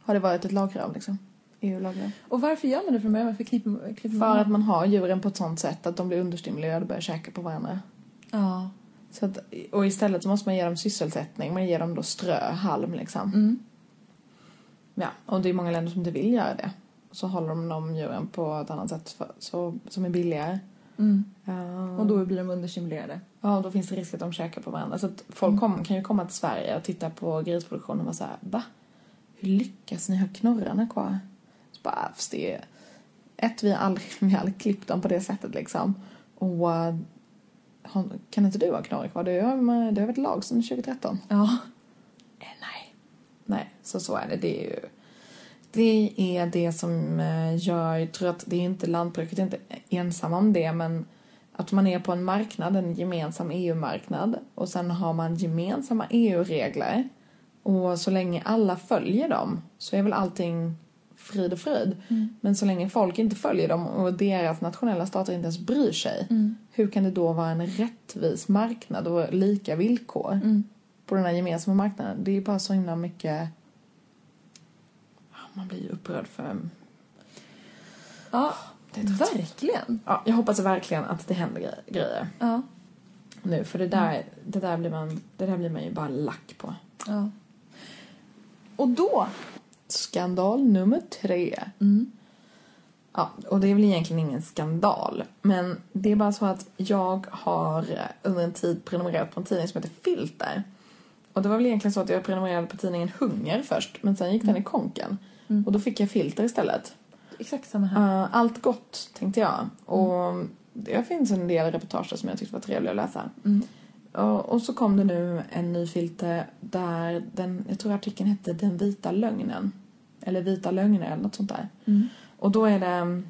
Speaker 3: har det varit ett lagkrav liksom. EU-lagkrav.
Speaker 2: och varför gör man det från början? Varför klipper, klipper man
Speaker 3: För att man har djuren på ett sånt sätt att de blir understimulerade och börjar käka på varandra.
Speaker 2: Ja.
Speaker 3: Så att, och istället så måste man ge dem sysselsättning. Man ger dem då strö, halm liksom. Ja, och det är många länder som inte vill göra det. Så håller de de djuren på ett annat sätt för, så, som är billigare. Ja,
Speaker 2: Och då blir de understimulerade.
Speaker 3: ja, och då finns det risk att de käkar på varandra. Så att folk kom, kan ju komma till Sverige och titta på grisproduktionen och vara så här, va? Hur lyckas ni ha knorrarna kvar? Så bara, "Ah, "Fast det är ett, vi har aldrig, vi har aldrig klippt dem på det sättet liksom. Och eh, har- kan inte du vara knorrig kvar? Du har du har varit lag sedan 2013.
Speaker 2: Ja.
Speaker 3: Eh, Nej. Nej, så så är det. Det är ju... Det är det som eh, gör... Jag tror att det är inte lantbruket är inte ensamma om det, men att man är på en marknad, en gemensam EU-marknad och sen har man gemensamma EU-regler och så länge alla följer dem så är väl allting frid och fröjd. Men så länge folk inte följer dem och deras nationella stater inte ens bryr sig hur kan det då vara en rättvis marknad och lika villkor? på den här gemensamma marknaden. Det är ju bara så himla mycket... Ja, Man blir ju upprörd för...
Speaker 2: Ja,
Speaker 3: Det är tråkigt.
Speaker 2: verkligen.
Speaker 3: Ja, jag hoppas verkligen att det händer gre- grejer
Speaker 2: Ja.
Speaker 3: nu för det där, det där, blir, man, det där blir man ju bara lack på.
Speaker 2: ja. Och då?
Speaker 3: Skandal nummer tre. Mm. Ja, och det är väl egentligen ingen skandal. Men det är bara så att jag har under en tid prenumererat på en tidning som heter Filter. Och det var väl egentligen så att jag prenumererade på tidningen Hunger först, men sen gick den i konken. Och då fick jag Filter istället.
Speaker 2: Exakt samma här.
Speaker 3: Eh, allt gott, tänkte jag. Och det finns en del reportage som jag tyckte var trevliga att läsa. Och, och så kom det nu en ny filter där den, jag tror artikeln hette Den vita lögnen. Eller Vita lögner eller något sånt där. Och då är det,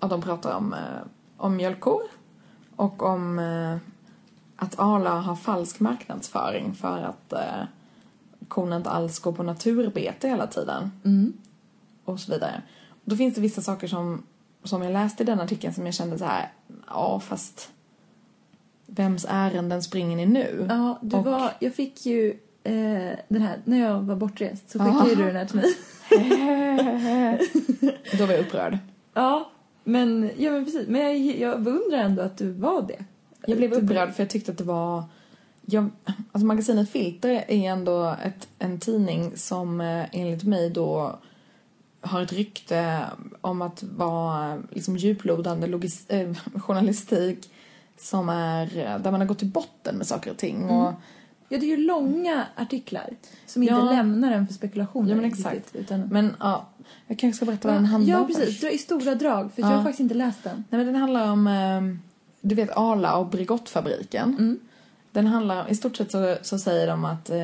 Speaker 3: ja de pratar om, eh, om mjölkkor och om eh, att Arla har falsk marknadsföring för att eh, korna inte alls går på naturbete hela tiden
Speaker 2: Mm.
Speaker 3: och så vidare. Då finns det vissa saker som, som jag läste i den artikeln som jag kände så här, ja fast vems ärenden springer ni nu?
Speaker 2: Ja, du
Speaker 3: och,
Speaker 2: var, jag fick ju eh, den här, när jag var bortrest så skickade ju du den här till mig.
Speaker 3: Då var jag upprörd.
Speaker 2: Ja, men, ja, men precis. Men jag, jag beundrar ändå att du var det.
Speaker 3: Jag blev upprörd för jag tyckte att det var... Jag, alltså magasinet Filter är ändå ett, en tidning som eh, enligt mig då har ett rykte om att vara eh, liksom djuplodande logis, eh, journalistik som är eh, där man har gått till botten med saker och ting. Och,
Speaker 2: Ja, det är ju långa artiklar som inte
Speaker 3: Ja.
Speaker 2: lämnar den för spekulationer.
Speaker 3: ja men exakt.
Speaker 2: riktigt, utan,
Speaker 3: Men ja, jag kanske ska berätta vad den handlar
Speaker 2: ja,
Speaker 3: om
Speaker 2: precis.
Speaker 3: först.
Speaker 2: Dra I stora drag, för jag har faktiskt inte läst den.
Speaker 3: Nej, men den handlar om, eh, du vet Arla och Bregottfabriken. Den handlar, i stort sett så, så säger de att eh,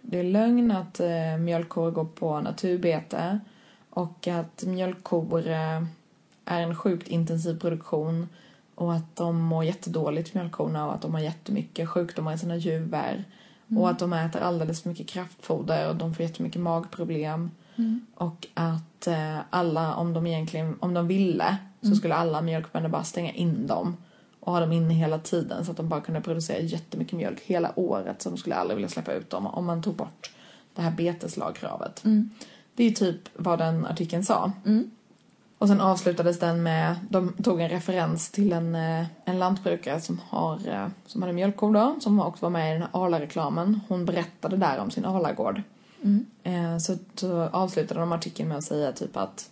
Speaker 3: det är lögn att eh, mjölkkor går på naturbete och att mjölkkor eh, är en sjukt intensiv produktion och att de mår jättedåligt mjölkkorna och att de har jättemycket sjukdomar i sina juver och att de äter alldeles för mycket kraftfoder och de får jättemycket magproblem och att eh, alla, om de egentligen, om de ville så skulle alla mjölkbönder bara stänga in dem och ha dem inne hela tiden så att de bara kunde producera jättemycket mjölk hela året så de skulle aldrig vilja släppa ut dem om man tog bort det här beteslagkravet. Det är ju typ vad den artikeln sa. Och sen avslutades den med, de tog en referens till en, eh, en lantbrukare som, har, eh, som hade mjölkkor då, som också var med i den här Arla-reklamen. Hon berättade där om sin Arlagård. Eh, Så, så avslutade de artikeln med att säga typ att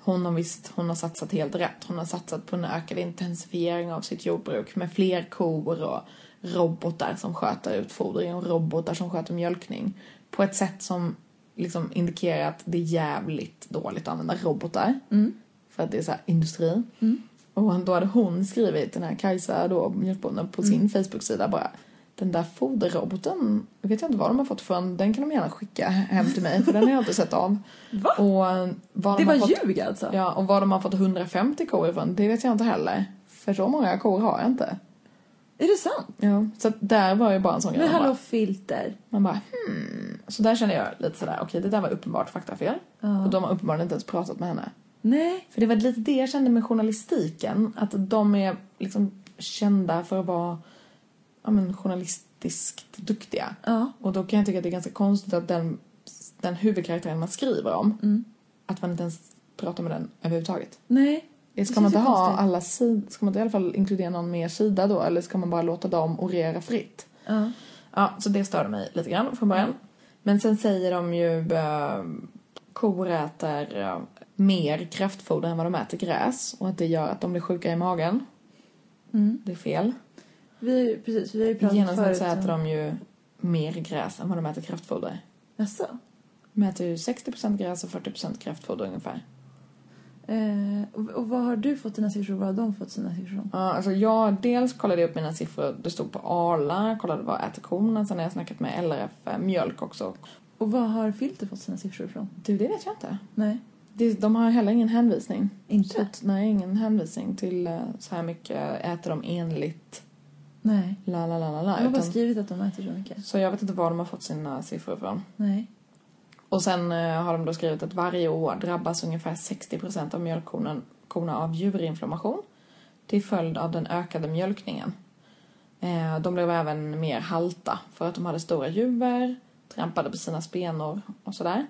Speaker 3: hon har visst, hon har satsat helt rätt. Hon har satsat på en ökad intensifiering av sitt jordbruk med fler kor och robotar som sköter utfodring och robotar som sköter mjölkning. På ett sätt som liksom indikerar att det är jävligt dåligt att använda robotar.
Speaker 2: Mm.
Speaker 3: För att det är så här industri. Och då hade hon skrivit, den här Kajsa då, mjölkbonden, på
Speaker 2: Mm.
Speaker 3: sin Facebook-sida bara den där foderroboten vet jag inte var de har fått från, den kan de gärna skicka hem till mig för den har jag inte sett av.
Speaker 2: Va?
Speaker 3: Och eh, vad
Speaker 2: Det
Speaker 3: de har
Speaker 2: var
Speaker 3: fått,
Speaker 2: ljug alltså?
Speaker 3: Ja, och var de har fått 150 kor ifrån, det vet jag inte heller. För så många kor har jag inte.
Speaker 2: Är det sant?
Speaker 3: Ja, så att där var ju bara en sån grej.
Speaker 2: Men
Speaker 3: Man
Speaker 2: hallå,
Speaker 3: bara,
Speaker 2: filter.
Speaker 3: man bara hmm. Så där kände jag lite sådär, okej det där var uppenbart faktafel. Och de har uppenbarligen inte ens pratat med henne.
Speaker 2: Nej.
Speaker 3: För det var lite det jag kände med journalistiken. Att de är liksom kända för att vara ja, men, journalistiskt duktiga.
Speaker 2: Ja.
Speaker 3: Och då kan jag tycka att det är ganska konstigt att den, den huvudkaraktären man skriver om, att man inte ens pratar med den överhuvudtaget.
Speaker 2: Nej.
Speaker 3: Det ska
Speaker 2: känns
Speaker 3: man inte
Speaker 2: ju
Speaker 3: ha
Speaker 2: konstigt.
Speaker 3: alla sidor? Ska man inte i alla fall inkludera någon mer sida då? Eller ska man bara låta dem orera fritt? Mm.
Speaker 2: Ja.
Speaker 3: Ja, så det störde mig lite grann från början. Men sen säger de ju eh, kor äter eh, mer kraftfoder än vad de äter gräs och att det gör att de blir sjuka i magen. Det är fel.
Speaker 2: Mm. Vi, precis, vi har ju
Speaker 3: I
Speaker 2: pratat
Speaker 3: genomsnitt så
Speaker 2: förut
Speaker 3: äter
Speaker 2: om-
Speaker 3: de ju mer gräs än vad de äter kraftfoder.
Speaker 2: Jaså?
Speaker 3: De äter ju 60% gräs och 40% kraftfoder ungefär.
Speaker 2: Eh, och, och vad har du fått dina siffror och vad har de fått sina siffror om?
Speaker 3: Ja, alltså jag dels kollade jag upp mina siffror, det stod på Arla, kollade vad äter korna, sen har jag snackat med LRF eh, Mjölk också.
Speaker 2: Och vad har Filter fått sina siffror från?
Speaker 3: Du, det vet jag inte.
Speaker 2: Nej.
Speaker 3: Det- De har heller ingen hänvisning.
Speaker 2: Inte?
Speaker 3: Så att, nej, ingen hänvisning till eh, så här mycket äter de enligt
Speaker 2: Nej.
Speaker 3: la la la la la.
Speaker 2: Jag har bara
Speaker 3: utan-
Speaker 2: skrivit att de äter så mycket.
Speaker 3: Så jag vet inte var de har fått sina siffror från.
Speaker 2: Nej.
Speaker 3: Och sen eh, har de då skrivit att varje år drabbas ungefär 60% av mjölkkorna korna av djurinflammation till följd av den ökade mjölkningen. Eh, de blev även mer halta för att de hade stora juver, trampade på sina spenor och sådär.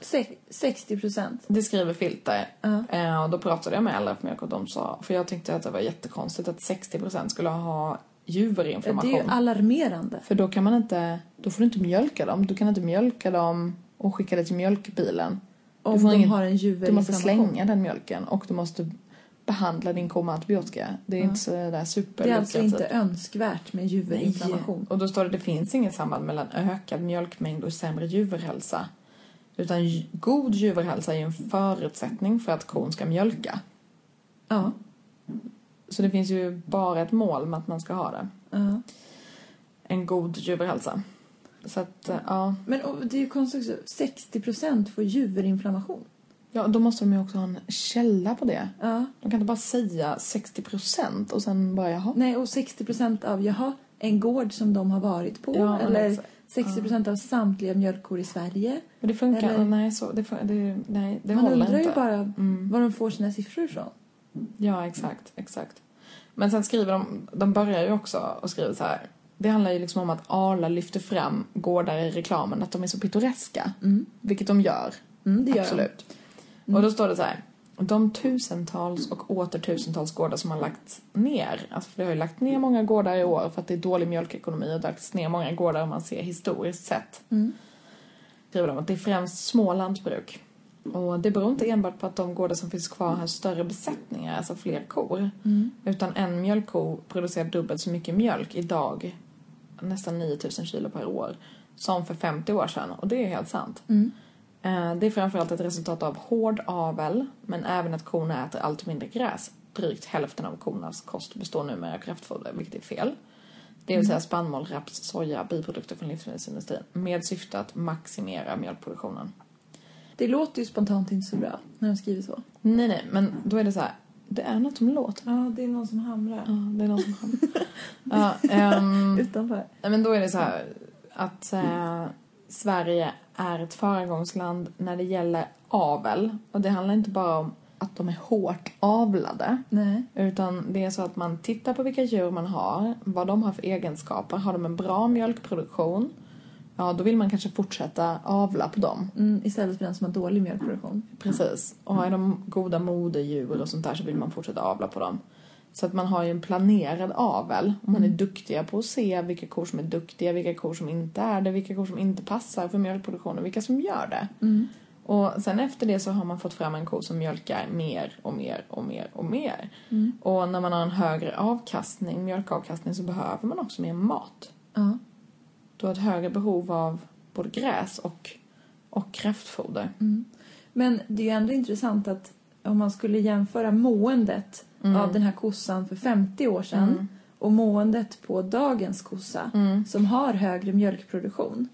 Speaker 2: Se- 60 procent.
Speaker 3: Det skriver Filter. Eh, och då pratade jag med LRF Mjölk och de sa, för jag tyckte att det var jättekonstigt att 60% skulle ha
Speaker 2: Det är
Speaker 3: juverinflammation.
Speaker 2: ju alarmerande.
Speaker 3: För då kan man inte, då får du inte mjölka dem. Du kan inte mjölka dem och skicka det till mjölkbilen.
Speaker 2: Om
Speaker 3: du får
Speaker 2: de har en
Speaker 3: Du måste
Speaker 2: juverinflammation.
Speaker 3: slänga den mjölken och du måste behandla din ko med antibiotika. Det är inte så där super
Speaker 2: Det är alltså inte önskvärt med juverinflammation.
Speaker 3: Och då står det det finns inget samband mellan ökad mjölkmängd och sämre djurhälsa. Utan ju- god djurhälsa är ju en förutsättning för att kon ska mjölka.
Speaker 2: Ja.
Speaker 3: Så det finns ju bara ett mål med att man ska ha det. En god djurhälsa. Så att, eh, ja.
Speaker 2: Men och det är ju konstigt också. 60 procent får juverinflammation.
Speaker 3: Ja, då måste de ju också ha en källa på det. De kan inte bara säga 60 procent och sen bara jaha.
Speaker 2: Nej, och 60 procent av, jaha, en gård som de har varit på.
Speaker 3: Ja, men
Speaker 2: eller
Speaker 3: exakt.
Speaker 2: 60 procent av samtliga mjölkkor i Sverige.
Speaker 3: Men det funkar
Speaker 2: Eller-
Speaker 3: Nej, så, det, fun- det, nej, det
Speaker 2: Man
Speaker 3: håller
Speaker 2: undrar
Speaker 3: inte. Mm.
Speaker 2: ju bara var de får sina siffror ifrån.
Speaker 3: Ja, exakt, exakt. Men sen skriver de, de börjar ju också och skriver så här. Det handlar ju liksom om att Arla lyfter fram gårdar i reklamen, att de är så pittoreska. Vilket de gör.
Speaker 2: Mm, det gör de.
Speaker 3: Absolut. Och då står det så här. De tusentals och åter tusentals gårdar som har lagts ner. Alltså för det har ju lagt ner många gårdar i år för att det är dålig mjölkekonomi och det har lagts ner många gårdar om man ser historiskt sett. Skriver de att det är främst små lantbruk. Och det beror inte enbart på att de gårdar som finns kvar har större besättningar, alltså fler kor. Utan en mjölkko producerar dubbelt så mycket mjölk idag, nästan 9000 kilo per år, som för 50 år sedan. Och det är helt sant. Eh, Det är framförallt ett resultat av hård avel, men även att korna äter allt mindre gräs. Drygt hälften av kornas kost består numera av kraftfoder, vilket är fel. Det vill säga spannmål, raps, soja, biprodukter från livsmedelsindustrin med syfte att maximera mjölkproduktionen.
Speaker 2: Det låter ju spontant inte så bra när de skriver så.
Speaker 3: Nej, nej, men då är det så här. Det är något som låter.
Speaker 2: Ja, det är någon som hamrar
Speaker 3: Ja, det är någon som kommer. ja, ehm,
Speaker 2: utanför.
Speaker 3: nej, men då är det så här att eh, Sverige är ett föregångsland när det gäller avel. Och det handlar inte bara om att de är hårt avlade.
Speaker 2: Nej.
Speaker 3: Utan det är så att man tittar på vilka djur man har, vad de har för egenskaper. Har de en bra mjölkproduktion? Ja, då vill man kanske fortsätta avla på dem.
Speaker 2: Mm, istället för den som har dålig mjölkproduktion.
Speaker 3: Precis. Och är de goda modedjur och sånt där så vill man fortsätta avla på dem. Så att man har ju en planerad avel. Och man är duktiga på att se vilka kor som är duktiga, vilka kor som inte är det, vilka kor som inte passar för mjölkproduktionen, vilka som gör det. Och sen efter det så har man fått fram en ko som mjölkar mer och mer och mer och mer. Och när man har en högre avkastning, mjölkavkastning, så behöver man också mer mat.
Speaker 2: Ja.
Speaker 3: Du har ett högre behov av både gräs och, och kraftfoder.
Speaker 2: Men det är ju ändå intressant att om man skulle jämföra måendet
Speaker 3: Mm.
Speaker 2: av den här kossan för 50 år sedan och måendet på dagens kossa
Speaker 3: Mm.
Speaker 2: som har högre mjölkproduktion.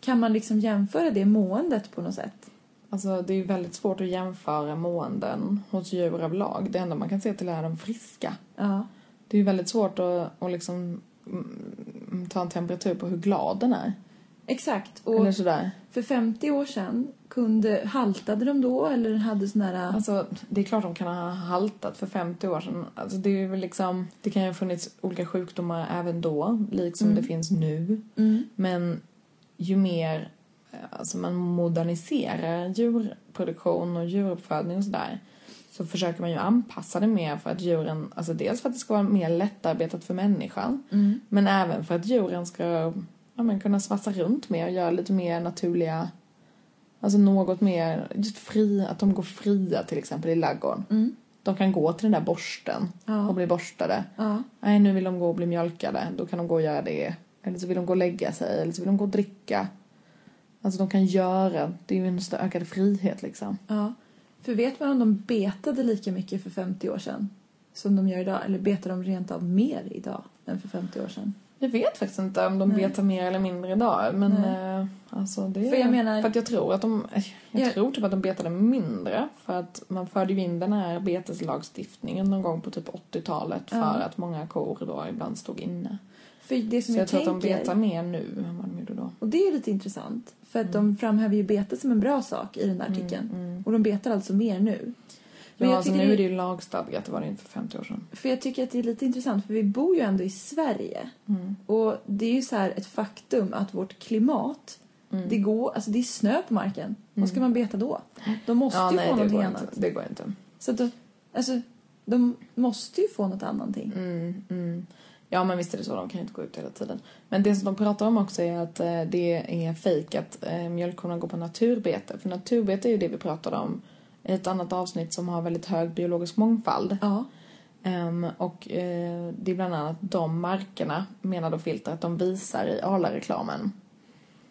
Speaker 2: Kan man liksom jämföra det måendet på något sätt?
Speaker 3: Alltså det är ju väldigt svårt att jämföra måenden hos djur överlag. Det enda man kan se till är de friska.
Speaker 2: Ja.
Speaker 3: Det är ju väldigt svårt att, att liksom mm, ta en temperatur på hur glad den är.
Speaker 2: Exakt. Och
Speaker 3: Eller sådär.
Speaker 2: för 50 år sedan kunde, haltade de då eller hade sån här...
Speaker 3: Alltså det är klart de kan ha haltat för 50 år sedan. Alltså det är ju liksom, det kan ju ha funnits olika sjukdomar även då, liksom det finns nu. Men ju mer eh, alltså man moderniserar djurproduktion och djuruppfödning och sådär så försöker man ju anpassa det mer för att djuren, alltså dels för att det ska vara mer lättarbetat för människan men även för att djuren ska ja, men kunna svassa runt mer och göra lite mer naturliga Alltså något mer, just fri, att de går fria till exempel i laggården. De kan gå till den där borsten och bli borstade. Nej, nu vill de gå och bli mjölkade. Då kan de gå och göra det. Eller så vill de gå och lägga sig. Eller så vill de gå och dricka. Alltså de kan göra, det är ju en större ökad frihet liksom.
Speaker 2: Ja. För vet man om de betade lika mycket för 50 år sedan som de gör idag? Eller betar de rent av mer idag än för 50 år sedan?
Speaker 3: Jag vet faktiskt inte om de betar mer eller mindre idag men eh, alltså det
Speaker 2: För jag menar-
Speaker 3: för att jag tror att de eh, jag
Speaker 2: Jag-
Speaker 3: tror typ att de betade mindre för att man förde ju in den här beteslagstiftningen någon gång på typ 80-talet för att många kor då ibland stod inne.
Speaker 2: För det som
Speaker 3: Så jag,
Speaker 2: jag,
Speaker 3: tror att
Speaker 2: tänker...
Speaker 3: de betar mer nu än vad de gjorde då.
Speaker 2: Och det är ju lite intressant. För att
Speaker 3: Mm.
Speaker 2: de framhäver ju bete som en bra sak i den här artikeln. Och de betar alltså mer nu. Men
Speaker 3: ja,
Speaker 2: jag
Speaker 3: alltså
Speaker 2: tycker
Speaker 3: nu
Speaker 2: det-
Speaker 3: är det ju lagstadgat, det var det inte för 50 år sedan.
Speaker 2: För jag tycker att det är lite intressant för vi bor ju ändå i Sverige.
Speaker 3: Mm.
Speaker 2: Och det är ju så här ett faktum att vårt klimat,
Speaker 3: Mm.
Speaker 2: det går, alltså det är snö på marken. Vad ska man beta då? De måste
Speaker 3: Ja,
Speaker 2: ju
Speaker 3: nej
Speaker 2: få
Speaker 3: det
Speaker 2: någonting
Speaker 3: går,
Speaker 2: annat.
Speaker 3: inte, det går inte.
Speaker 2: Så att de, alltså, de måste ju få något annat.
Speaker 3: Mm. Ja men visst är det så, de kan ju inte gå ut hela tiden. Men det som de pratar om också är att eh, det är fejk att eh, mjölkkorna går på naturbete. För naturbete är ju det vi pratade om i ett annat avsnitt som har väldigt hög biologisk mångfald.
Speaker 2: Ja.
Speaker 3: Ehm, och eh, det är bland annat de markerna, menar då Filter, att de visar i Arla-reklamen.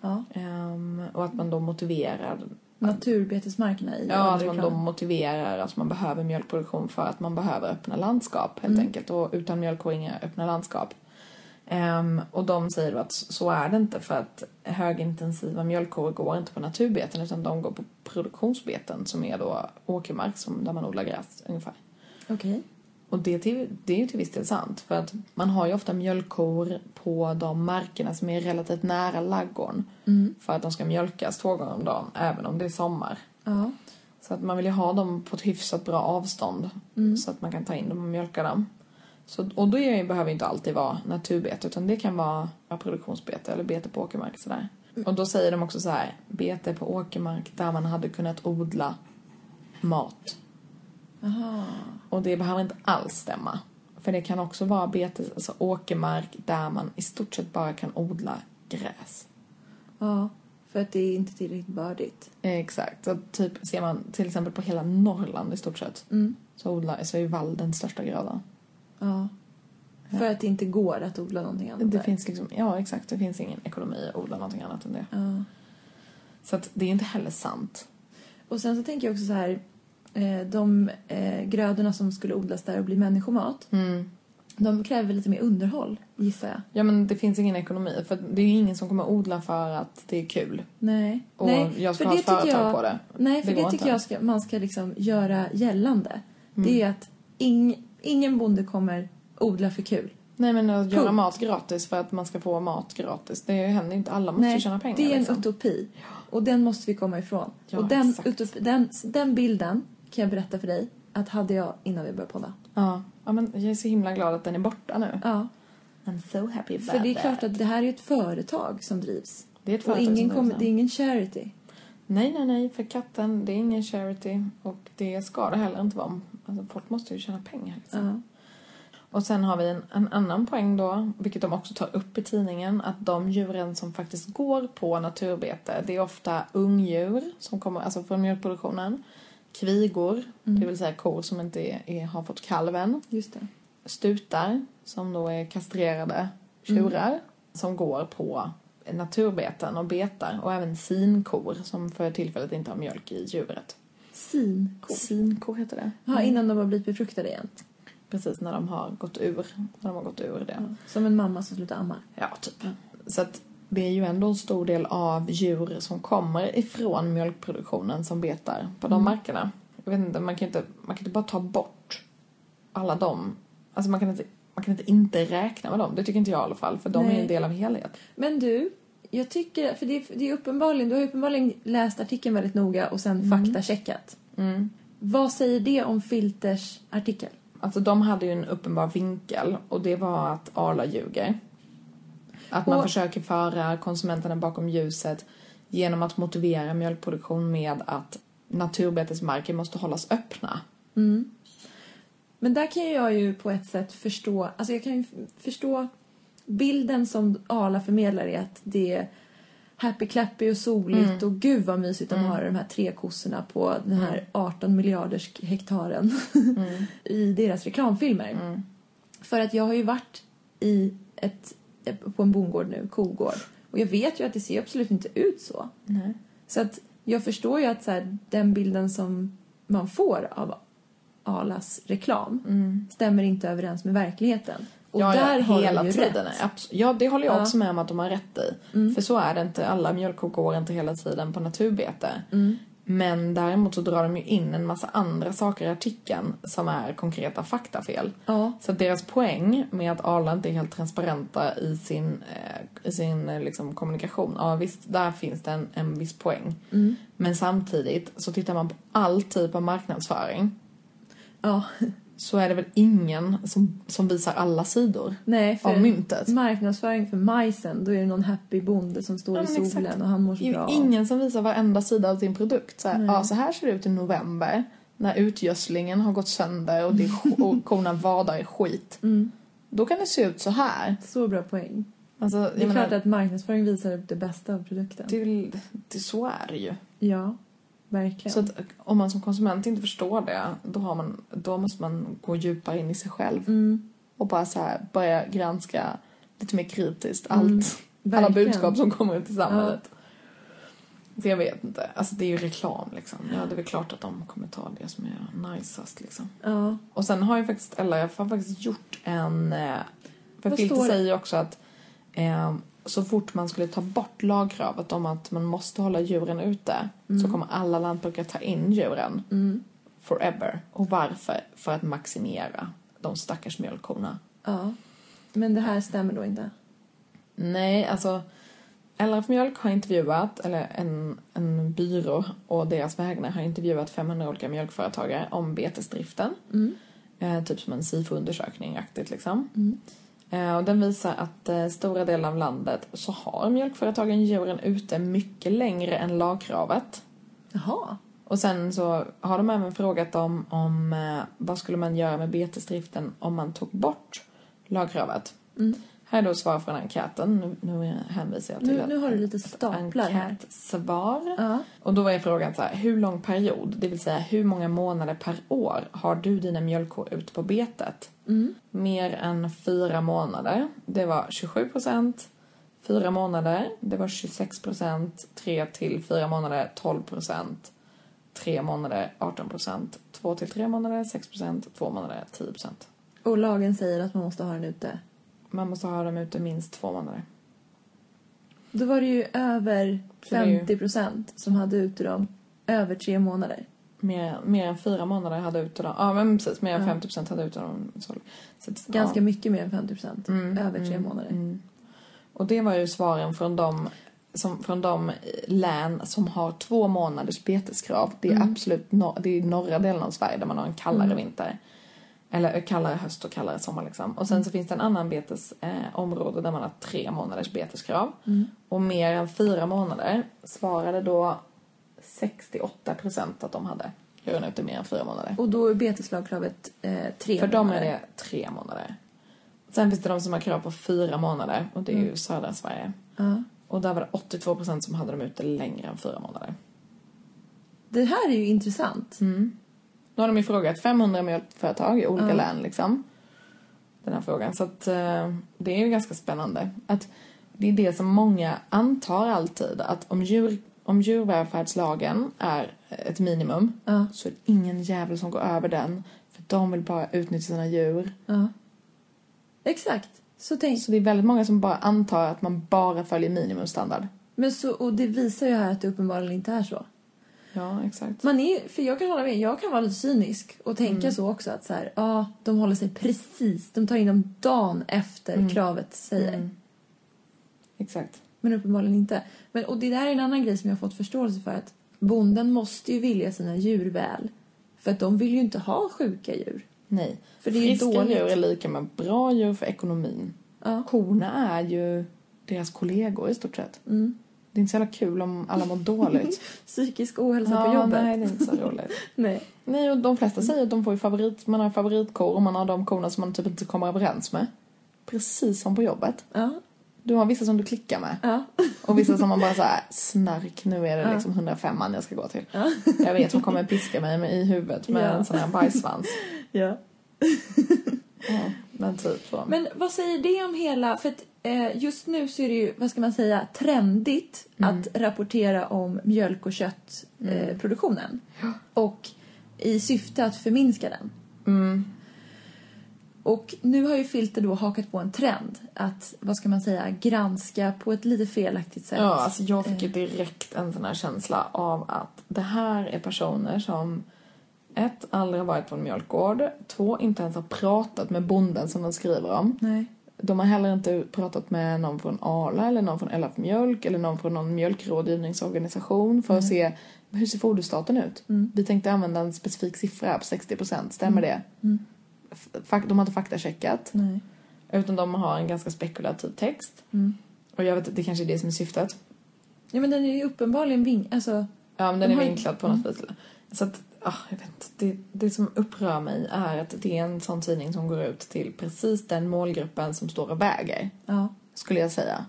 Speaker 2: Ja.
Speaker 3: Ehm, och att man då motiverar
Speaker 2: Naturbetesmarkerna i
Speaker 3: Ja, att man då
Speaker 2: reklam.
Speaker 3: motiverar att man behöver mjölkproduktion för att man behöver öppna landskap helt enkelt. Och utan mjölk och inga öppna landskap. Ehm, och de säger då att så är det inte för att högintensiva mjölkkor går inte på naturbeten utan de går på produktionsbeten som är då åkermark som, där man odlar gräs ungefär.
Speaker 2: Okej.
Speaker 3: Och det, är till, det är ju till viss del sant för att man har ju ofta mjölkkor på de markerna som är relativt nära laggården för att de ska mjölkas två gånger om dagen även om det är sommar.
Speaker 2: Ja.
Speaker 3: Så att man vill ju ha dem på ett hyfsat bra avstånd så att man kan ta in dem och mjölka dem. Så, och då är, behöver ju inte alltid vara naturbete utan det kan vara produktionsbete eller bete på åkermark sådär. Och då säger de också så här, bete på åkermark där man hade kunnat odla mat. Och det behöver inte alls stämma. För det kan också vara bete, alltså åkermark där man i stort sett bara kan odla gräs.
Speaker 2: ja. För att det är inte tillräckligt bördigt.
Speaker 3: Exakt. Så typ ser man till exempel på hela Norrland i stort sett så, odlar, så är vall den största grödan.
Speaker 2: Mm, Ja. För att det inte går att odla någonting annat
Speaker 3: Det
Speaker 2: där.
Speaker 3: finns liksom, ja exakt, det finns ingen ekonomi att odla någonting annat än det. Så att det är inte heller sant.
Speaker 2: Och sen så tänker jag också så här, eh, de eh, grödorna som skulle odlas där och bli människomat,
Speaker 3: Mm.
Speaker 2: de kräver lite mer underhåll, gissar jag.
Speaker 3: Ja men det finns ingen ekonomi för det är ju ingen som kommer odla för att det är kul.
Speaker 2: Nej.
Speaker 3: Och
Speaker 2: nej,
Speaker 3: jag ska
Speaker 2: för
Speaker 3: ha
Speaker 2: det
Speaker 3: ett företag
Speaker 2: tycker jag,
Speaker 3: på det.
Speaker 2: Nej, för
Speaker 3: Det
Speaker 2: det,
Speaker 3: går
Speaker 2: tycker
Speaker 3: inte.
Speaker 2: jag ska, man ska liksom göra gällande. Det
Speaker 3: Mm.
Speaker 2: är att ing, ingen bonde kommer odla för kul.
Speaker 3: Nej men att göra
Speaker 2: Punkt.
Speaker 3: mat gratis för att man ska få mat gratis, det händer ju inte. Alla måste ju
Speaker 2: Nej,
Speaker 3: tjäna pengar
Speaker 2: det är en
Speaker 3: liksom.
Speaker 2: utopi. Och den måste vi komma ifrån.
Speaker 3: Ja,
Speaker 2: och den,
Speaker 3: exakt.
Speaker 2: utopi, den, den bilden kan jag berätta för dig att hade jag innan vi började podda.
Speaker 3: ja. ja men jag är så himla glad att den är borta nu.
Speaker 2: Ja,
Speaker 3: I'm so happy about
Speaker 2: för det är
Speaker 3: that.
Speaker 2: klart att det här är ju ett företag som drivs.
Speaker 3: Det är ett
Speaker 2: och
Speaker 3: företag som
Speaker 2: ingen
Speaker 3: drivs
Speaker 2: kommer,
Speaker 3: nu.
Speaker 2: det är ingen charity.
Speaker 3: Nej, nej, nej, för katten, det är ingen charity och det ska det heller inte vara. Alltså, folk måste ju tjäna pengar liksom. Och sen har vi en, en annan poäng då, vilket de också tar upp i tidningen, att de djuren som faktiskt går på naturbete, det är ofta ungdjur som kommer, alltså från mjölkproduktionen, kvigor, det vill säga kor som inte är, är, har fått kalven,
Speaker 2: Just det.
Speaker 3: stutar som då är kastrerade tjurar som går på naturbeten och betar och även sinkor som för tillfället inte har mjölk i djuret.
Speaker 2: Sinkor.
Speaker 3: Sinkor heter det.
Speaker 2: Ja, innan de har blivit befruktade igen.
Speaker 3: Precis när de har gått ur, när de har gått ur det.
Speaker 2: Som en mamma som slutar amma.
Speaker 3: Ja, typ. Så att det är ju ändå en stor del av djur som kommer ifrån mjölkproduktionen som betar på de markerna. Jag vet inte, man kan ju inte, man kan inte bara ta bort alla dem. Alltså man kan inte, man kan inte inte räkna med dem. Det tycker inte jag i alla fall, för de är
Speaker 2: Nej.
Speaker 3: en del av helheten.
Speaker 2: Men du, jag tycker, för det är, det är uppenbarligen, du har ju uppenbarligen läst artikeln väldigt noga och sen
Speaker 3: Mm.
Speaker 2: faktacheckat. Vad säger det om Filters artikel?
Speaker 3: Alltså de hade ju en uppenbar vinkel och det var att Arla ljuger. Att man
Speaker 2: Och-
Speaker 3: försöker föra konsumenterna bakom ljuset genom att motivera mjölkproduktion med att naturbetesmarker måste hållas öppna.
Speaker 2: Men där kan jag ju på ett sätt förstå, alltså jag kan ju f- förstå bilden som Arla förmedlar är att det är happy clappy och soligt
Speaker 3: Mm.
Speaker 2: och gud vad mysigt de har de här tre kossorna på den här 18 miljarders hektaren
Speaker 3: Mm.
Speaker 2: i deras reklamfilmer. För att jag har ju varit i ett, på en bondgård nu, kogård. Och Och jag vet ju att det ser absolut inte ut så. Så att jag förstår ju att så här, den bilden som man får av Alas reklam stämmer inte överens med verkligheten. Och
Speaker 3: Mm. ja,
Speaker 2: där
Speaker 3: ja,
Speaker 2: har
Speaker 3: hela
Speaker 2: de ju
Speaker 3: tiden.
Speaker 2: rätt. Mm.
Speaker 3: Abs- Ja, det håller jag också med om att de har rätt i. För så är det inte. Alla mjölkkor går inte hela tiden på naturbete.
Speaker 2: Mm.
Speaker 3: Men däremot så drar de ju in en massa andra saker i artikeln som är konkreta faktafel.
Speaker 2: Ja.
Speaker 3: Så att deras poäng med att Arla inte är helt transparenta i sin, eh, i sin eh, liksom, kommunikation, ja visst, där finns det en, en viss poäng.
Speaker 2: Mm.
Speaker 3: Men samtidigt så tittar man på all typ av marknadsföring
Speaker 2: Ja.
Speaker 3: så är det väl ingen som, som visar alla sidor
Speaker 2: Nej, för
Speaker 3: av myntet.
Speaker 2: marknadsföring för majsen, då är det någon happy bonde som står
Speaker 3: Ja,
Speaker 2: i
Speaker 3: men
Speaker 2: solen
Speaker 3: exakt.
Speaker 2: och han mår så
Speaker 3: Det är ju
Speaker 2: bra.
Speaker 3: Ingen som visar varenda sida av sin produkt. Så här, ja, så här ser det ut i november när utgödslingen har gått sönder och, det är, sk- och korna vadar i skit.
Speaker 2: Mm.
Speaker 3: Då kan det se ut så här.
Speaker 2: Så bra poäng.
Speaker 3: Alltså, jag
Speaker 2: Det är
Speaker 3: menar,
Speaker 2: klart att marknadsföring visar upp det bästa av produkten.
Speaker 3: det, det, så är det ju.
Speaker 2: Ja, verkligen.
Speaker 3: Så att om man som konsument inte förstår det, då, har man, då måste man gå djupare in i sig själv.
Speaker 2: Mm.
Speaker 3: Och bara så här, börja granska lite mer kritiskt allt. alla
Speaker 2: Mm. verkligen.
Speaker 3: budskap som kommer ut i samhället. Så jag vet inte. Alltså det är ju reklam liksom. Ja, det är väl klart att de kommer ta det som är najsast liksom.
Speaker 2: ja.
Speaker 3: Och sen har ju faktiskt LRF har faktiskt gjort en... eh, För
Speaker 2: Vad
Speaker 3: Filter
Speaker 2: står det?
Speaker 3: säger ju också att eh, så fort man skulle ta bort lagkravet om att man måste hålla djuren ute
Speaker 2: Mm.
Speaker 3: så kommer alla lantbrukare ta in djuren forever. Och varför? För att maximera de stackars mjölkkorna.
Speaker 2: ja. Men det här stämmer då inte?
Speaker 3: Nej, alltså LRF Mjölk har intervjuat, eller en, en byrå och deras vägnar har intervjuat 500 olika mjölkföretagare om betesdriften. Eh, typ som en SIFO-undersökning-aktigt liksom. Eh, och den visar att eh, stora delar av landet så har mjölkföretagen djuren ute mycket längre än lagkravet.
Speaker 2: Jaha.
Speaker 3: Och sen så har de även frågat om, om eh, vad skulle man göra med betesdriften om man tog bort lagkravet.
Speaker 2: Mm.
Speaker 3: Här är då svar från enkäten. Nu, nu hänvisar jag till
Speaker 2: Nu,
Speaker 3: ett-
Speaker 2: nu har du lite
Speaker 3: ett
Speaker 2: staplar här.
Speaker 3: enkätsvar.
Speaker 2: Ja.
Speaker 3: Och då var jag frågan så här, hur lång period, det vill säga hur många månader per år har du dina mjölkkor ut på betet?
Speaker 2: Mm.
Speaker 3: Mer än fyra månader, det var 27 procent. Fyra månader, det var 26 procent. Tre till fyra månader, 12 procent. Tre månader, 18 procent. Två till tre månader, 6 procent. Två månader, 10 procent.
Speaker 2: Och lagen säger att man måste ha den ute.
Speaker 3: Man måste ha dem ute minst två månader.
Speaker 2: Då var det ju över
Speaker 3: Så det är ju-
Speaker 2: 50 procent som hade ute dem över tre månader.
Speaker 3: Mer, mer än fyra månader hade ute dem. Ja, men precis. Mer än 50 procent hade ute dem. Så, så, att-
Speaker 2: Ganska
Speaker 3: ja. Mm,
Speaker 2: mycket mer än 50 procent. över tre månader.
Speaker 3: Och det var ju svaren från de, som, från de län som har två månaders beteskrav. Det är absolut no, det är norra delen av Sverige där man har en kallare vinter. Eller eh, kallare höst och kallare sommar liksom. Och sen så finns det en annan betesområde eh, område där man har tre månaders beteskrav. Och mer än fyra månader svarade då 68 procent att de hade djuren ute mer än fyra månader.
Speaker 2: Och då är beteslagkravet eh, tre
Speaker 3: För dem är
Speaker 2: månader.
Speaker 3: det tre månader. Sen finns det de som har krav på fyra månader och det är ju södra Sverige. Och där var det 82% som hade dem ute längre än fyra månader.
Speaker 2: Det här är ju intressant.
Speaker 3: Mm. Nu har de ju frågat 500 mjölkföretag i olika län liksom. Den här frågan. Så att eh, det är ju ganska spännande. Att det är det som många antar alltid. Att om, djur, om djurvälfärdslagen är ett minimum så är det ingen jävel som går över den. För de vill bara utnyttja sina djur.
Speaker 2: Exakt. Så tänk,
Speaker 3: Så det är väldigt många som bara antar att man bara följer minimumstandard.
Speaker 2: men så, och det visar ju här att det uppenbarligen inte är så.
Speaker 3: Ja, exakt.
Speaker 2: Man är, för jag kan hålla med, jag kan vara lite cynisk och tänka så också att så här, ja, de håller sig precis, de tar in dem dagen efter kravet säger.
Speaker 3: Exakt.
Speaker 2: Men uppenbarligen inte. Men, och det där är en annan grej som jag har fått förståelse för att bonden måste ju vilja sina djur väl. För att de vill ju inte ha sjuka djur.
Speaker 3: Nej.
Speaker 2: För det är ju
Speaker 3: Friska
Speaker 2: dåligt.
Speaker 3: djur är lika med bra djur för ekonomin. Korna är ju deras kollegor i stort sett. Det är inte så jävla kul om alla mår dåligt.
Speaker 2: Psykisk ohälsa på jobbet.
Speaker 3: nej, det är inte så roligt.
Speaker 2: nej.
Speaker 3: nej, och de flesta säger att de får ju favorit, man har favoritkor och man har de korna som man typ inte kommer överens med. Precis som på jobbet.
Speaker 2: Ja.
Speaker 3: Du har vissa som du klickar med. Och vissa som man bara så här, snark, nu är det liksom 105 man jag ska gå till. Jag vet hon kommer piska mig med, i huvudet med
Speaker 2: Ja.
Speaker 3: en sån här bajssvans.
Speaker 2: Ja.
Speaker 3: Men typ så.
Speaker 2: Men vad säger det om hela... För att, eh, just nu så är det ju, vad ska man säga, trendigt
Speaker 3: Mm.
Speaker 2: att rapportera om mjölk och köttproduktionen. Eh, produktionen. Och i syfte att förminska den.
Speaker 3: Mm.
Speaker 2: Och nu har ju Filter då hakat på en trend att, vad ska man säga, granska på ett lite felaktigt sätt. Eh,
Speaker 3: Ja, alltså jag fick ju direkt en sån här känsla av att det här är personer som ett, aldrig har varit på en mjölkgård, två, inte ens har pratat med bonden som de skriver om.
Speaker 2: Nej.
Speaker 3: De har heller inte pratat med någon från Arla eller någon från LF Mjölk eller någon från någon mjölkrådgivningsorganisation för att se hur ser foderstaten ut? Vi tänkte använda en specifik siffra här på 60%, stämmer det? F- fak- de har inte faktacheckat.
Speaker 2: Nej.
Speaker 3: Utan de har en ganska spekulativ text. Och jag vet att det kanske är det som är syftet.
Speaker 2: Ja, men den är ju uppenbarligen ving... Alltså,
Speaker 3: Ja, men den
Speaker 2: De
Speaker 3: är
Speaker 2: har ju-
Speaker 3: vinklad på något vis. Så att, ah, jag vet inte. Det, det som upprör mig är att det är en sån tidning som går ut till precis den målgruppen som står och väger.
Speaker 2: ja.
Speaker 3: Skulle jag säga.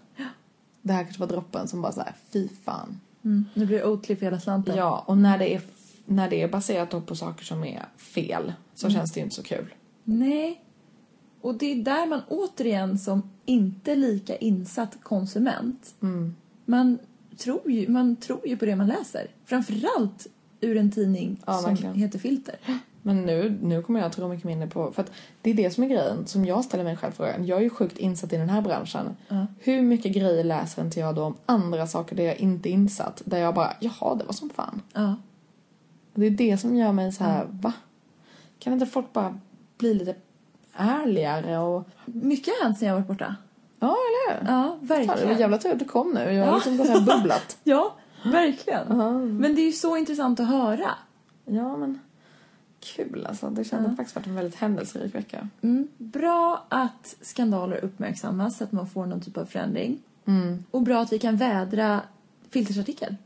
Speaker 3: Det här kanske var droppen som bara så här, fy fan.
Speaker 2: Mm. Nu blir det Oatly för hela slanten.
Speaker 3: Ja, och när det är, när det är baserat då på saker som är fel så känns det ju inte så kul.
Speaker 2: Nej. Och det är där man återigen som inte lika insatt konsument.
Speaker 3: Mm.
Speaker 2: Man, tror ju, man tror ju på det man läser. Framförallt ur en tidning
Speaker 3: Ja,
Speaker 2: som
Speaker 3: verkligen.
Speaker 2: heter Filter.
Speaker 3: Men nu, nu kommer jag att tro mycket mindre på... För att det är det som är grejen, som jag ställer mig själv frågan. Jag är ju sjukt insatt i den här branschen. Hur mycket grejer läser inte jag då om andra saker där jag inte är insatt? Där jag bara, jaha, det var som fan.
Speaker 2: Ja.
Speaker 3: Det är det som gör mig så här, va? Kan inte folk bara bli lite ärligare och...
Speaker 2: Mycket har hänt sen jag varit borta.
Speaker 3: Ja, eller hur?
Speaker 2: Ja,
Speaker 3: Fan, det var
Speaker 2: verkligen.
Speaker 3: jävla tur att du kom nu. Jag har
Speaker 2: Ja.
Speaker 3: liksom bara så här bubblat.
Speaker 2: Ja, verkligen. Men det är ju så intressant att höra.
Speaker 3: Ja, men kul alltså. Det kändes faktiskt varit en väldigt händelserik vecka.
Speaker 2: Mm. Bra att skandaler uppmärksammas så att man får någon typ av förändring.
Speaker 3: Mm.
Speaker 2: Och bra att vi kan vädra Filters artikel.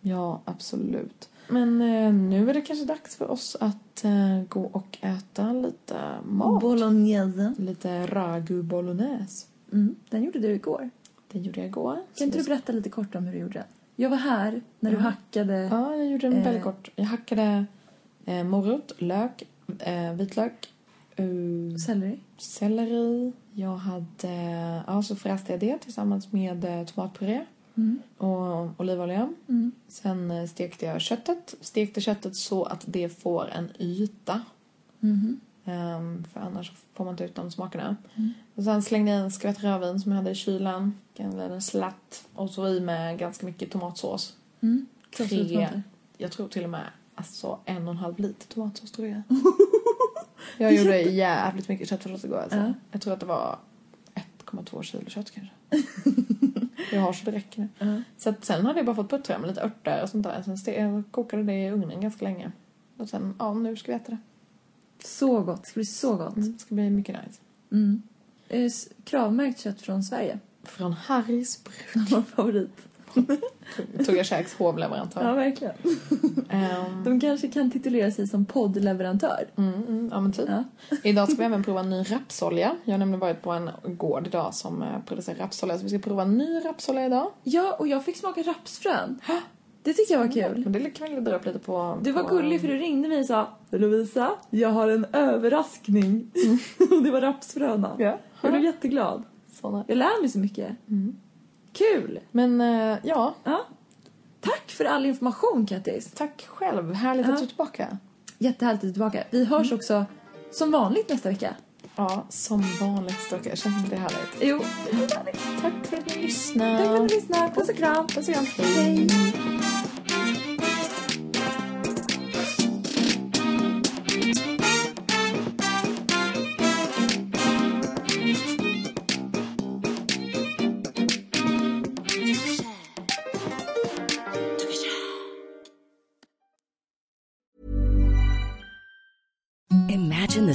Speaker 3: Ja, absolut. Men eh, nu är det kanske dags för oss att eh, gå och äta lite mat.
Speaker 2: Bolognese.
Speaker 3: lite ragu bolognese.
Speaker 2: Mm. Den gjorde du igår.
Speaker 3: Det gjorde jag igår.
Speaker 2: Kan inte du berätta lite kort om hur du gjorde den? Jag var här när du hackade.
Speaker 3: Ja, jag gjorde den
Speaker 2: Eh.
Speaker 3: väldigt kort. Jag hackade eh, morot, lök, eh, vitlök, eh,
Speaker 2: Selleri?
Speaker 3: selleri. Jag hade... eh, Ja, så fräste jag det tillsammans med eh, tomatpuré och olivolja.
Speaker 2: Mm.
Speaker 3: Sen eh, stekte jag köttet. Stekte köttet så att det får en yta.
Speaker 2: Mhm.
Speaker 3: Ehm, för annars får man inte ut de smakerna. Och sen slängde jag i en skvätt rödvin som jag hade i kylen. En liten slatt. Och så i med ganska mycket tomatsås.
Speaker 2: Mm. Krossade
Speaker 3: Tre,
Speaker 2: tomater.
Speaker 3: jag tror till och med alltså en och en halv liter tomatsås tror jag. jag gjorde jävligt mycket köttfärssås igår alltså.
Speaker 2: Ja.
Speaker 3: Jag tror att det var 1,2 kilo kött kanske. jag har så det räcker nu. Så att sen hade jag bara fått puttra med lite örter och sånt där. Sen ste- jag kokade det i ugnen ganska länge. Och sen, ja nu ska vi äta det.
Speaker 2: Så gott. Det skulle bli så gott.
Speaker 3: Det ska bli mycket nice.
Speaker 2: Eh, s- Kravmärkt kött från Sverige.
Speaker 3: Från Harrys bruk
Speaker 2: Vår favorit.
Speaker 3: tog jag käks hovleverantör.
Speaker 2: Ja, verkligen.
Speaker 3: Ehm,
Speaker 2: De kanske kan titulera sig som poddleverantör.
Speaker 3: Mm, mm, ja, men typ.
Speaker 2: Ja.
Speaker 3: Idag ska vi även prova en ny rapsolja. Jag har nämligen varit på en gård idag som eh, producerar rapsolja. Så vi ska prova en ny rapsolja idag.
Speaker 2: Ja, och jag fick smaka rapsfrön. Det tyckte jag var kul.
Speaker 3: Men det kan vi dra upp lite på...
Speaker 2: Mm. Du var
Speaker 3: på,
Speaker 2: gullig för du ringde mig och sa Lovisa, jag har en överraskning. Och det var rapsfröna.
Speaker 3: Mm. Ja.
Speaker 2: Jag blev jätteglad.
Speaker 3: Såna.
Speaker 2: Jag lär mig så mycket. Kul!
Speaker 3: Men eh, ja,
Speaker 2: Ja. Tack för all information, Kattis.
Speaker 3: tack själv. Härligt
Speaker 2: Ja.
Speaker 3: att du är tillbaka.
Speaker 2: Jättehärligt att du är tillbaka. Vi hörs också som vanligt nästa vecka.
Speaker 3: Ja, som vanligt stökar. Känns inte det härligt?
Speaker 2: Jo,
Speaker 3: Tack för att ni lyssnade.
Speaker 2: tack för att ni lyssnade. Puss och kram.
Speaker 3: Puss och kram.
Speaker 2: Hej.
Speaker 1: Imagine the